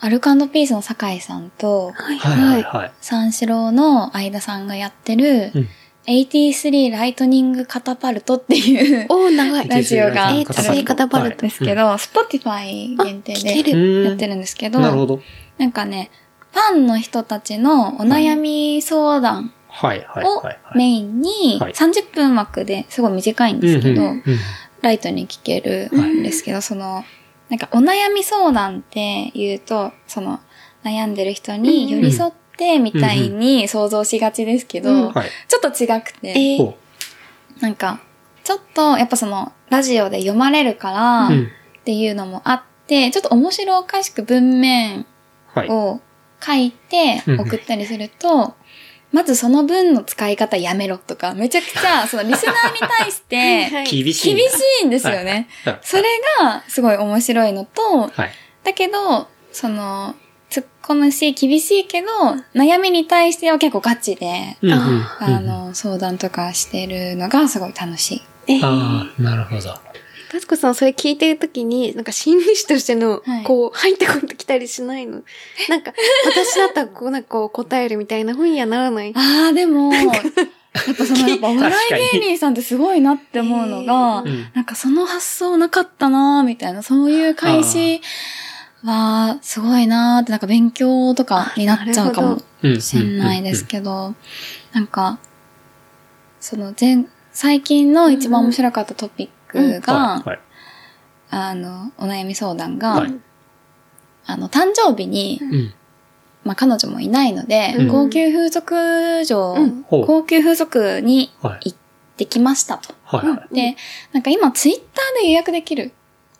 C: アルカンドピースの酒井さんと、
D: は
B: はい
D: いは。
B: はいいはい。
C: 三四郎の相田さんがやってる、
B: うん
C: 83ライトニングカタパルトっていう
D: おー、長い。
C: ラジオがあるん
D: 83カタパルト
C: ですけど、Spotify
D: あ
C: 限定
D: 聞け
C: で
D: る
C: やって
B: る
C: るんですけど、
B: なるほど。
C: なんかね、ファンの人たちのお悩み相談
B: はいはい
C: を
B: はいはい。
C: メインに、
B: はい
C: 30分枠ですごい短いんですけど、
B: うんうん
C: ライトに聞けるんですけど、その、なんかお悩み相談って言うと、その、悩んでる人に寄り添ってみたいに想像しがちですけど、
D: うんうん
B: はい。
C: ちょっと違く
D: え
C: て、
D: ー
B: ほ
C: なんか、ちょっとやっぱその、ラジオで読まれるか
B: う
C: ら
B: う
C: っ
B: ん。
C: ていうのもあって、ちょっと面白おかしく文面
B: はい。
C: を書いて
B: うん
C: 送ったりすると、まずその文の使い方やめろとか、めちゃくち
B: (laughs)
C: ゃ、そのリスナーに対して、
D: はい
B: 厳しい
C: 厳
B: ん
C: し
B: だ。
C: いんですよね。
B: はい
C: それがすごい面白いのと、
B: はい。
C: だけど、その、突っ込むし、厳しいけど、悩みに対しては結構ガチで、
B: うんうんうんうん
C: あ、の、相談とかしてるのがすごい楽しい。
D: えー
B: ああ、なるほど。
D: パツコさん、それ聞いてるときに、なんか心理師としての
C: はい、
D: こう、入ってこきたりしないの。なんか、私だったら、こう、なんかこう、答えるみたいな風にはならない。
C: ああ、
B: (laughs)
C: でも、やっぱその、やっぱお笑
B: 確かに
C: い芸人さんってすごいなって思うのが
B: う、ん。
C: なんかその発想なかったなーみたいな、そういう開始はすごいなーって、なんか勉強とかになっちゃうか
D: なるほ
C: も
D: ど
B: うん。
C: しんないですけど、なんか、その前、最近の一番面白かったトピック
B: どは
C: が
B: い、はい。
C: あの、お悩み相談
B: は
C: が
B: い、
C: あの、誕生日に、
B: うん。
C: まあ、彼女もいないので
D: うん、
C: 高級風俗場
D: うん、
B: ほう
C: 高級風俗に
B: はい。
C: 行ってきましたと。
B: はいはい。
D: う
C: で、なんか今ツイッターで予約できる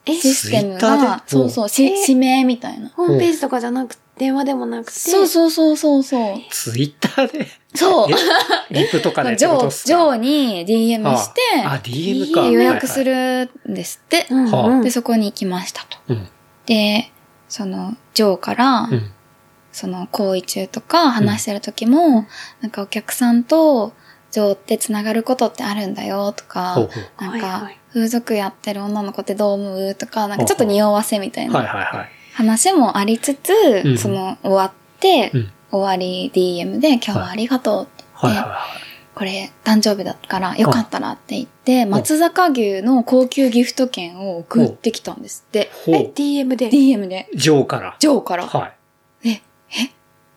D: え、
C: システム
B: ツイッター
C: が
B: で、
C: そうそう、し
D: えー
C: 指名みたいな。
D: ホームページとかじゃなくて、電話でもなくて。
C: そうそうそうそうそう。
B: ツイッターで、
C: そう。
B: えリプとかでって
C: ジ
B: こと
C: ョ
B: っ
C: ー、
B: す
C: ジョ
B: か
C: ーに DM して、
B: ああ、DM か。
C: で予約す
B: る。
C: るんですって。
D: うんうん。
B: はあ
C: で、そこに行きましたと。
B: うん。
C: で、その、ジョーから、
B: うん。
C: その、行為中とか話してる時も、なんかお客さんと、ジョーって繋がることってあるんだよと
B: ほう
C: か、
B: ほ。
C: なん
D: はいは
C: か
D: い、
C: 風俗やってる女の子ってどう思うとか、なんかちょっと匂わせみたいう
B: はい
C: な
B: はいはい。
C: 話もありつつ、
B: うん
C: その、終わって、
B: うん
C: 終わり DM で、今日はありがとうって言って、
B: はいはいはい。
C: これ誕生日だったからよかったらって言って、松坂牛の高級ギフト券を送ってきたんですって。
B: ほ
D: え
B: う、。
D: DM で。
C: DM で、
B: ジョーから。
C: ジョーから。
B: は。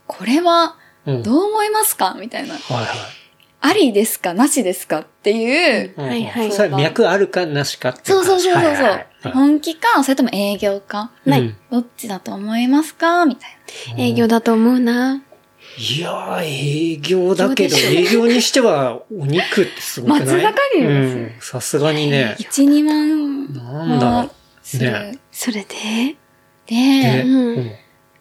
C: これはい
B: うん。
C: どう思いますかみたいな。
B: はい
C: ありですかなしですかっていう。
B: はい。
D: はいは
B: う
D: い
B: んうんそれ脈あるかなしかってい
C: そう
B: 感じ。
C: そうそうそう。そう
B: はいはいはい
C: 本気か、それとも営業か。
D: ない
B: うん
C: どっちだと思いますかみたい
D: 営業だと思うな。
B: いやー、営業だけど、営業にしてはお肉ってすごくない
C: 松坂牛
B: う
C: ですよ
B: ん。さすがにね。
C: 1、2万
B: なんだろ
C: する。
B: ね
D: それで
B: う。
C: で、
B: ね
D: うん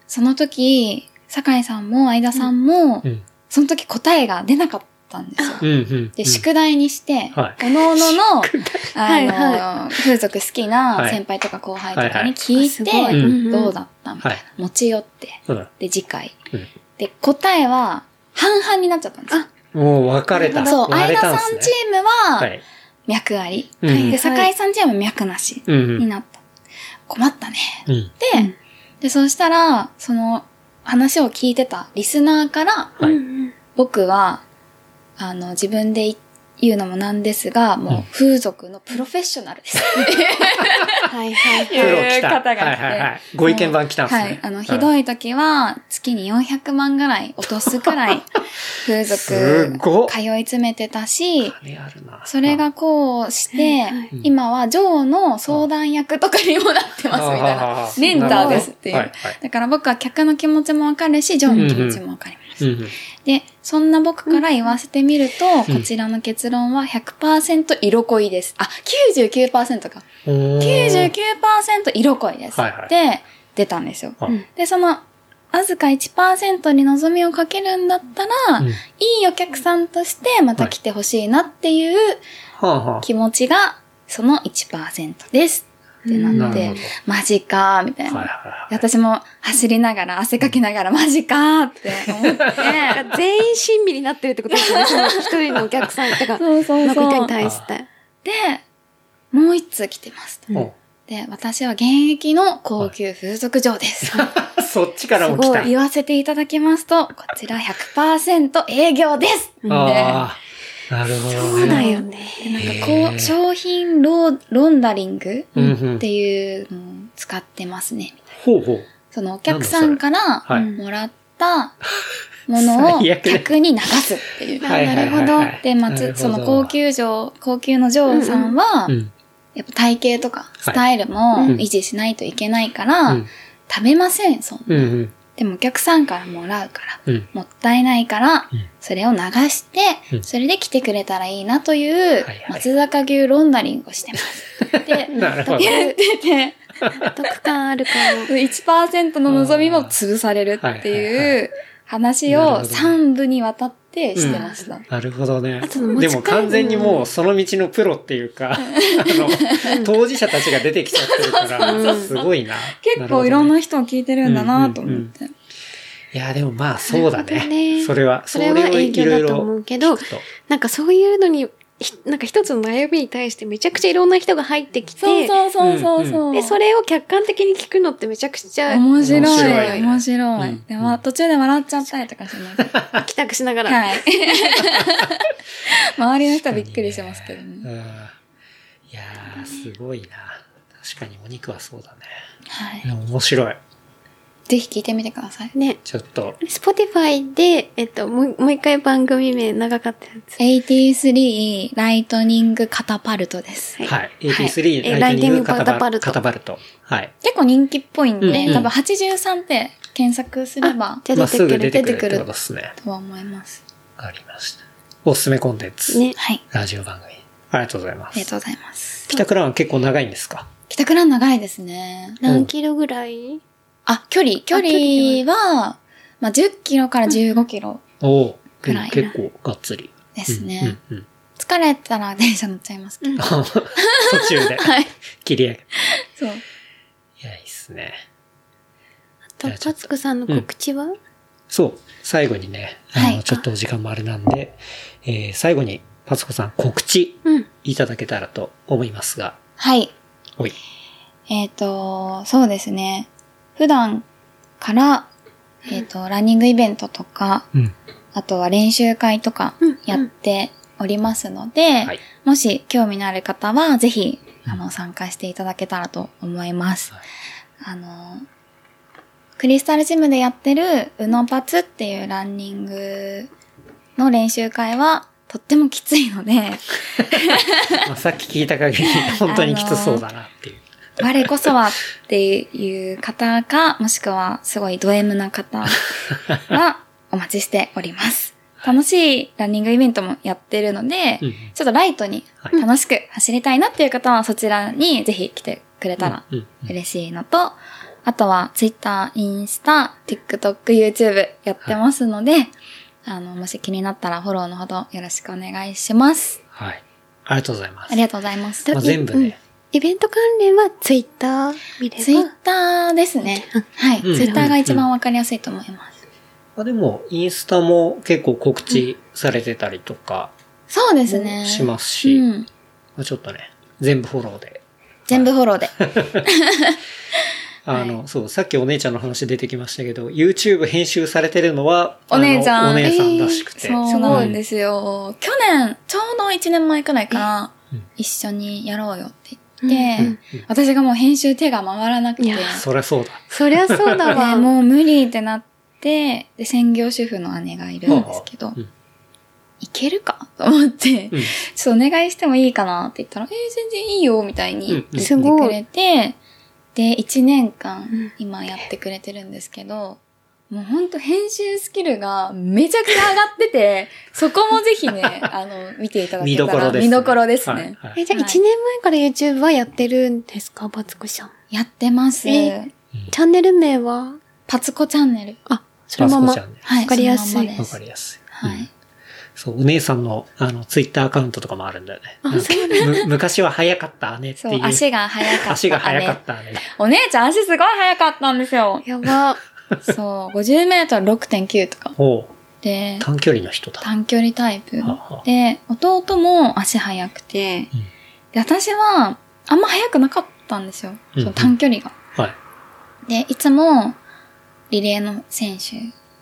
C: その時、酒井さんも相田さんも、
B: うん。
C: その時答えが出なかったんですよ。
B: うん。うん。
C: で、宿題にして、
B: は
C: おのおのの、
D: 題はい
C: あの、風俗好きな先輩とか後輩とかに聞い
D: はいはい
B: あすごい
C: て、どうだったみたい
B: は
C: な。持ち寄って、
B: そうだ。
C: で、次回
B: うん。
C: で、答えは、半々になっちゃったんですよ。
B: もう別れた。
C: そう、
B: 割
C: 相
B: れ
C: 田
B: たんで
C: さ
B: す
C: ん
B: ね
C: チーム
B: は
C: は、
B: い。
C: 脈あり。
B: うんうん
C: で、酒井さんチームは脈なし
B: うん
C: になった。困ったね。
B: うん。うん。
C: で、で、そうしたら、その、話を聞いてたリスナーから、
B: はい
D: うん
C: 僕は、あの、自分で言うのもなんですが、
B: う
C: も
B: ん
C: う風俗のプロフェッショナルです。
D: はいはい
B: プ
D: はい。
B: ロ来た。
C: 方が
B: はい
C: いて
B: はいはい。ご意見番来たんですね。
C: はい。あの、ひど
B: い。
C: い時は、月に400万ぐらい落とすく
B: (laughs)
C: らい、風
B: すごっ
C: 俗、通い詰めてたし、
B: 金あるな。
C: それがこうして、
D: はいはい
B: うん
C: 今は女王の相談役とかにもなってますみたい
B: あ
C: な
B: あ。
C: メンターですっていう。
B: なる
C: だから僕は客の気持ちもわかるし、女王の気持ちもわかります。
B: ほどはいはい。うんうん
C: で、そんな僕から言わせてみると、
B: うん
C: こちらの結論は100%色恋です。あ、99%か。
B: おー
C: 99%色恋です。
B: はいはい
C: で、出たんですよ。
B: はい
C: で、その、わずか1%に望みをかけるんだったら、
B: うん
C: いいお客さんとしてまた来てほしいなっていう
B: はあは
C: 気持ちが、その1%です。って
B: あ。
C: な
B: な
C: っ
B: るほど。、
C: てマジかー、みたいな。
B: はいはいはい。
C: 私も走りながら、汗かきながら、マジかーって
B: (laughs)
C: 思って。
D: なんか全員親身になってるってことですよね。その一人のお客さんとか、
C: そうそう
D: の
C: そ
D: 人
C: う
D: に。対して。
C: で、もう一通来てます。
D: うん
B: お (laughs)
C: で、私は現役の高級風俗嬢です。
B: そっちから
D: す
B: も
D: ごい
B: 来た。
C: 言わせていただきますと、こちら100%営業ですでなんか
B: ああ。なるほどね。
D: そうだよね。
C: こ
B: へー
C: う、商品ローロンダリング
B: うんうん
C: っ。ていうのを使ってますね。
B: ほうほう。
C: そのお客さんから
B: はい。
D: うん
C: も
B: (laughs)
C: らったものを
B: 最悪だ
C: 客に流すっていう。
D: はいはいはいはい
C: あなるほど。で、ま
B: なるほ
C: つ、
B: ど
C: その高級嬢、高級の嬢さんは、
B: うん。
C: やっぱ体型とかスタイル
D: は
C: も
B: いうん
C: 維持しないといけないから、
B: うん
C: 食べません、そんな。
B: うんうん。
C: でもお客さんからもらうから、
B: うん。
C: もったいないから
B: うん、
C: それを流して、
B: うん
C: それで来てくれたらいいなとい
B: いうはい、
C: 松坂牛ロンダリングをしてます。
B: (laughs)
C: で、
B: なるほど。
C: 言ってて、
D: 得感あるから。
C: 1%の望みも潰されるって
B: あーはいはい
C: いう話
B: なるほ
C: を
B: ど
C: 3部にわたってしてました。
B: なるほどね
D: あとの。持ち帰
B: で
D: る
B: も完全にもうその道のプロっていう
C: (laughs)
B: か、あの、当事者たちが出てきちゃってるから、すごいな。
C: 結構い
B: なる
C: ろん
B: ほどね。
C: な人を聞いてるんだなと思って。
B: いや、でもまあそうだ
D: なるほどね
B: ね。それは、
D: それは営業だと思うけど、
B: それをいろいろ聞くと
D: なんかそういうのに、ひなんか一つの悩みに対してめちゃくちゃいろんな人が入ってきて、
C: そうそうそうそうそう。
D: で、それを客観的に聞くのってめちゃくちゃ
C: 面白い。面白
B: 白
C: い。
B: いうん
C: でまあ途中で笑っちゃったりとかし
B: (laughs)
C: ます。
D: 帰宅しながら、
C: はい。 (laughs) 周りの人はびっくりしてますけどね。
B: うんいやー、すごいな。確かにお肉はそうだね。
C: はい
B: で。も面白い。
C: ぜひ聞いてみてください。
D: ね、
B: ちょっと、
D: Spotify で、えっと、もうもう一回番組名長かったやつ。
C: 83ライトニングカタパルトです。
B: はい。AT3、
D: え
B: ライティン
D: ライティン
B: グ
D: グ
B: カタ
D: カタ
B: パ
D: パ
B: ル
D: ル
B: ト。
D: ト
B: カタパルト。はい。
C: 結構人気っぽいんで、
B: うんうん
C: 多分83って検索すれば
D: じゃ
B: ま
D: あ
B: あすぐ出
D: 出
B: て
D: て
B: く
D: く
B: る
D: る。
B: ってことですね。
C: とは思います。
B: わかりました。おすすめコンテンツ。
D: ね。
C: はい。
B: ラジオ番組。ありがとうございま
C: ありが
B: す。
C: とうございます。
B: 北倉は結構長いんですか
C: 帰宅ラン長いですね。
D: 何キロぐらい
C: あ、距離。距離は、まあ、10キロから15キロ
B: おお。
C: ぐらいな
B: 結構がっつり。
C: ですね。
B: うん (laughs) うんうん。
C: 疲れたら電車乗っちゃいますけど。
B: 途中で。
C: はい。
B: 切り上げ。
C: そう。
B: いや、いいっすね。
D: と
B: じゃあちょ
D: パ
B: っと
D: ツコさんの告知は、
B: そう。最後にね、あの、
C: はい
B: ちょっとお時間もあれなんで、えー最後に、パツコさん告知
D: うん。
B: いただけたらと思いますが、
C: はい。
B: おい。
C: えっ、と、そうですね。普段から、えっ、と、ランニングイベントとか、
B: うん。
C: あとは練習会とか
D: うん
C: やっておりますので、
B: はい。
C: もし興味のある方は、ぜひ、あ
B: う
C: の、参加していただけたらと思います
B: はい。
C: あの、クリスタルジムでやってる、うのパツっていうランニングの練習会は、とってもきついので、
B: まあ、さっき聞いた
C: (laughs)
B: 限り、本当にきつそうだなっていう。
C: 我こそ
B: (laughs)
C: はっていう方か、もしくはすごいド M な方は、お待ちしております。楽しいランニングイベントもやってるので、
B: うん
C: ちょっとライトに
B: はい
C: 楽しく走りたいなっていう方はそちらにぜひ来てくれたら
B: うんうん
C: 嬉しいのと、あとは Twitter、インスタ、TikTok、YouTube やってますので、あの、もし気になったらフォローのほどよろしくお願いします。
B: はい。ありがとうございます。
C: ありがとうございます。
D: と
B: まあ、全部ね、
D: イベント関連はツイッター見れば。
C: ツイッターですね。はい。
B: うん
C: ツイッターが一番わかりやすいと思います。
B: まあ、でも、インスタも結構告知されてたりとか
C: そうですね。
B: しますし、
C: うん。
B: まあ、ちょっとね、全部フォローで。
C: 全部フォローで。
B: あの、そう、さっきお姉ちゃんの話出てきましたけど、YouTube 編集されてるのは、あの
C: お姉ちゃん
B: お姉さんらしくて。
C: そうなんですよ。去年、ちょうど1年前くらいから
B: うん、
C: 一緒にやろうよって言って、
D: うん
B: うん
C: 私がもう編集手が回らなくて、
D: いや
B: そりゃそうだ。
D: そりゃそうだわ。
C: (laughs) でもう無理ってなって、で、専業主婦の姉がいるんですけど、
B: うん
C: いけるかと思って、
B: うん
C: ちょっとお願いしてもいいかなって言ったら、えー、全然いいよ、みたいに言ってくれて、で、1年間今やってくれてるんですけど、もうほんと編集スキルがめちゃくちゃ上がってて、 (laughs) そこもぜひ (laughs) ね、あの、見ていただけ
B: 見
C: た
B: どころ
C: ら
B: です、
C: 見どころですね。
B: はいはい
D: え、じゃあ1
C: はい
D: 年前から YouTube はやってるんですかバツコさん。
C: やってます。
D: えチャンネル名は
C: パツコチャンネル。
D: あ、そのま
B: バ
D: ま
B: スコ。ちゃんね
C: はい。
D: わかりやすい。
C: そのまんま
B: わ
C: です
B: かりやすい。
C: は
B: うん
C: い。
B: そう、お姉さんの、あの、ツイッターアカウントとかもあるんだよね。なんかむ昔は早かった姉って
C: そ
B: いうう。、
C: 足が速かった。
B: 足が早かった姉。
C: お姉ちゃん足すごい速かったんですよ
D: やば。
C: そう、50メートル6.9とか。
B: おう
C: で、
B: 短距離の人だ。
C: 短距離タイプ。
B: はあはあ
C: で、弟も足速くて、
B: うん
C: で、私はあんま速くなかったんですよ。
B: うん
C: その短距離が。
B: はい。
C: で、いつもリレーの選手、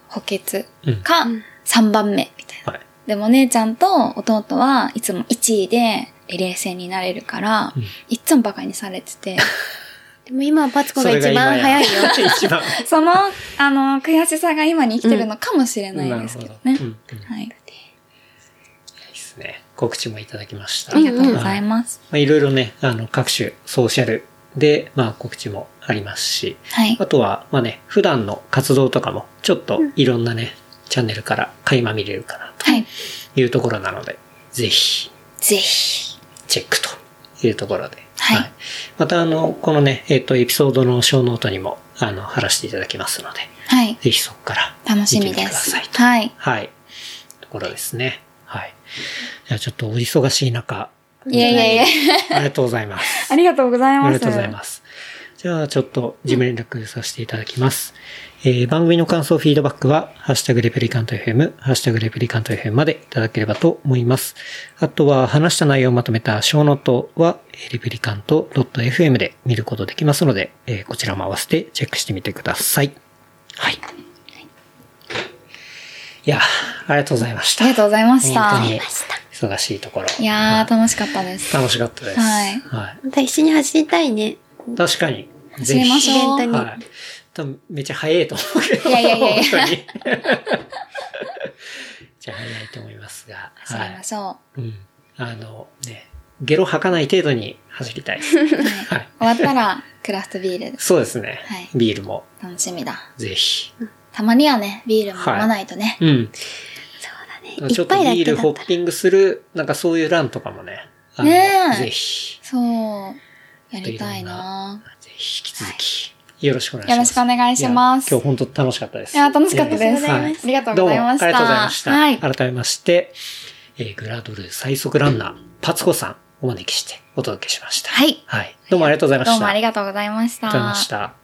C: 補欠
B: うん
C: か
D: うん
C: 3番目みたいな。
B: はい。
C: でもお姉ちゃんと弟はいつも1位でリレー戦になれるから、
B: うん
C: いつもバカにされてて。 (laughs)
D: でも今はバツコ
B: そ
D: が
B: れ
D: 一
B: 今
D: 番
B: や
D: 早いよ。。
B: (laughs) 一番。
C: その、あの、悔しさが今に生きてるのかもしれない
B: な
C: で
B: る
C: す
B: ほ
C: け
B: ど
C: ど。
B: うん
C: ね。
B: うん
C: はい。
B: ですね。告知もいただきました。
C: ありがと
D: (laughs)
C: うござい
B: ま
C: ます。
B: あ。いろいろね、あの、各種ソーシャルで、まあ、告知もありますし、
C: はい
B: あ。とは、まあね、普段の活動とかも、ちょっといろんなね、チャンネルから垣間見れるかな
C: はい。
B: というところなので、ぜひ、
C: ぜひ。
B: チェックというところで。
C: はい
B: また、あの、このね、えっ、と、エピソードの小ノートにも、あの、貼らせていただきますので、
C: はい。
B: ぜひそこから
C: 楽しみ
B: 見てみ
C: で
B: てくだ
C: す
B: さい。と
C: はい。
B: はい。ところですね。はい。じゃあちょっとお忙しい中。
C: いやいやいや。
B: ありがとうございます。
C: (laughs) ありがとうござい
B: あ
C: ます。
B: りがとうございます。じゃあちょっと事務連絡させていただきます。えー番組の感想、フィードバックは、ハッシュタグレプリカント FM、ハッシュタグレプリカント FM までいただければと思います。あとは、話した内容をまとめた小ノートは、えーレプリカント .fm で見ることできますので、えーこちらも合わせてチェックしてみてください。はい。いや、ありがとうございました。
C: ありがとうございました。
B: 本当に忙しいところ。
C: いやー、楽しかったです。
B: 楽しかったです。
C: はい
B: は
D: また一緒に走りたいね。
B: い確かに。
C: 走りましょう
D: イベントに
B: はい。多分めっちゃ早いと思うけど。
C: いやいやいやいや
B: 本当に。じゃあ早いと思いますが。
C: 走りましょ
B: はい。うん。あの、ね、ゲロ吐かない程度に走りたいです。
C: う。
B: は
C: はいい。終わったら、クラフトビール、
B: そうですね。
C: はい
B: ビールも
C: 楽しみだ。
B: (laughs) ぜひ。
C: たまにはね、ビールも飲まないとね。
B: うん。
D: そうだね。
B: ち
D: い
B: ょ
D: っ
B: っと
D: ぱいだ
B: ビ
D: け
B: ール
D: だ
B: ホ
D: った
B: ッピングする、なんかそういうランとかもね。あの
C: ねえ
B: ぜひ。
C: そう。やりたいな
B: ぜひ引き続き、よろしくお願いします。
C: よろしくお願いします
B: いや今日本当楽しかったです。
C: いや楽しかったです
B: は
C: ありがとう
B: どう
C: ご
B: も
C: ざ
B: ありがとう
C: いました
B: ございました。
C: はい
B: 改めまして、えーグラドル最速ランナー、パツコさん、お招きしてお届けしました。
C: はい
B: はい。どうもありがとうございました。
C: どうもあり
B: が
C: がとうございました。
B: とうございました。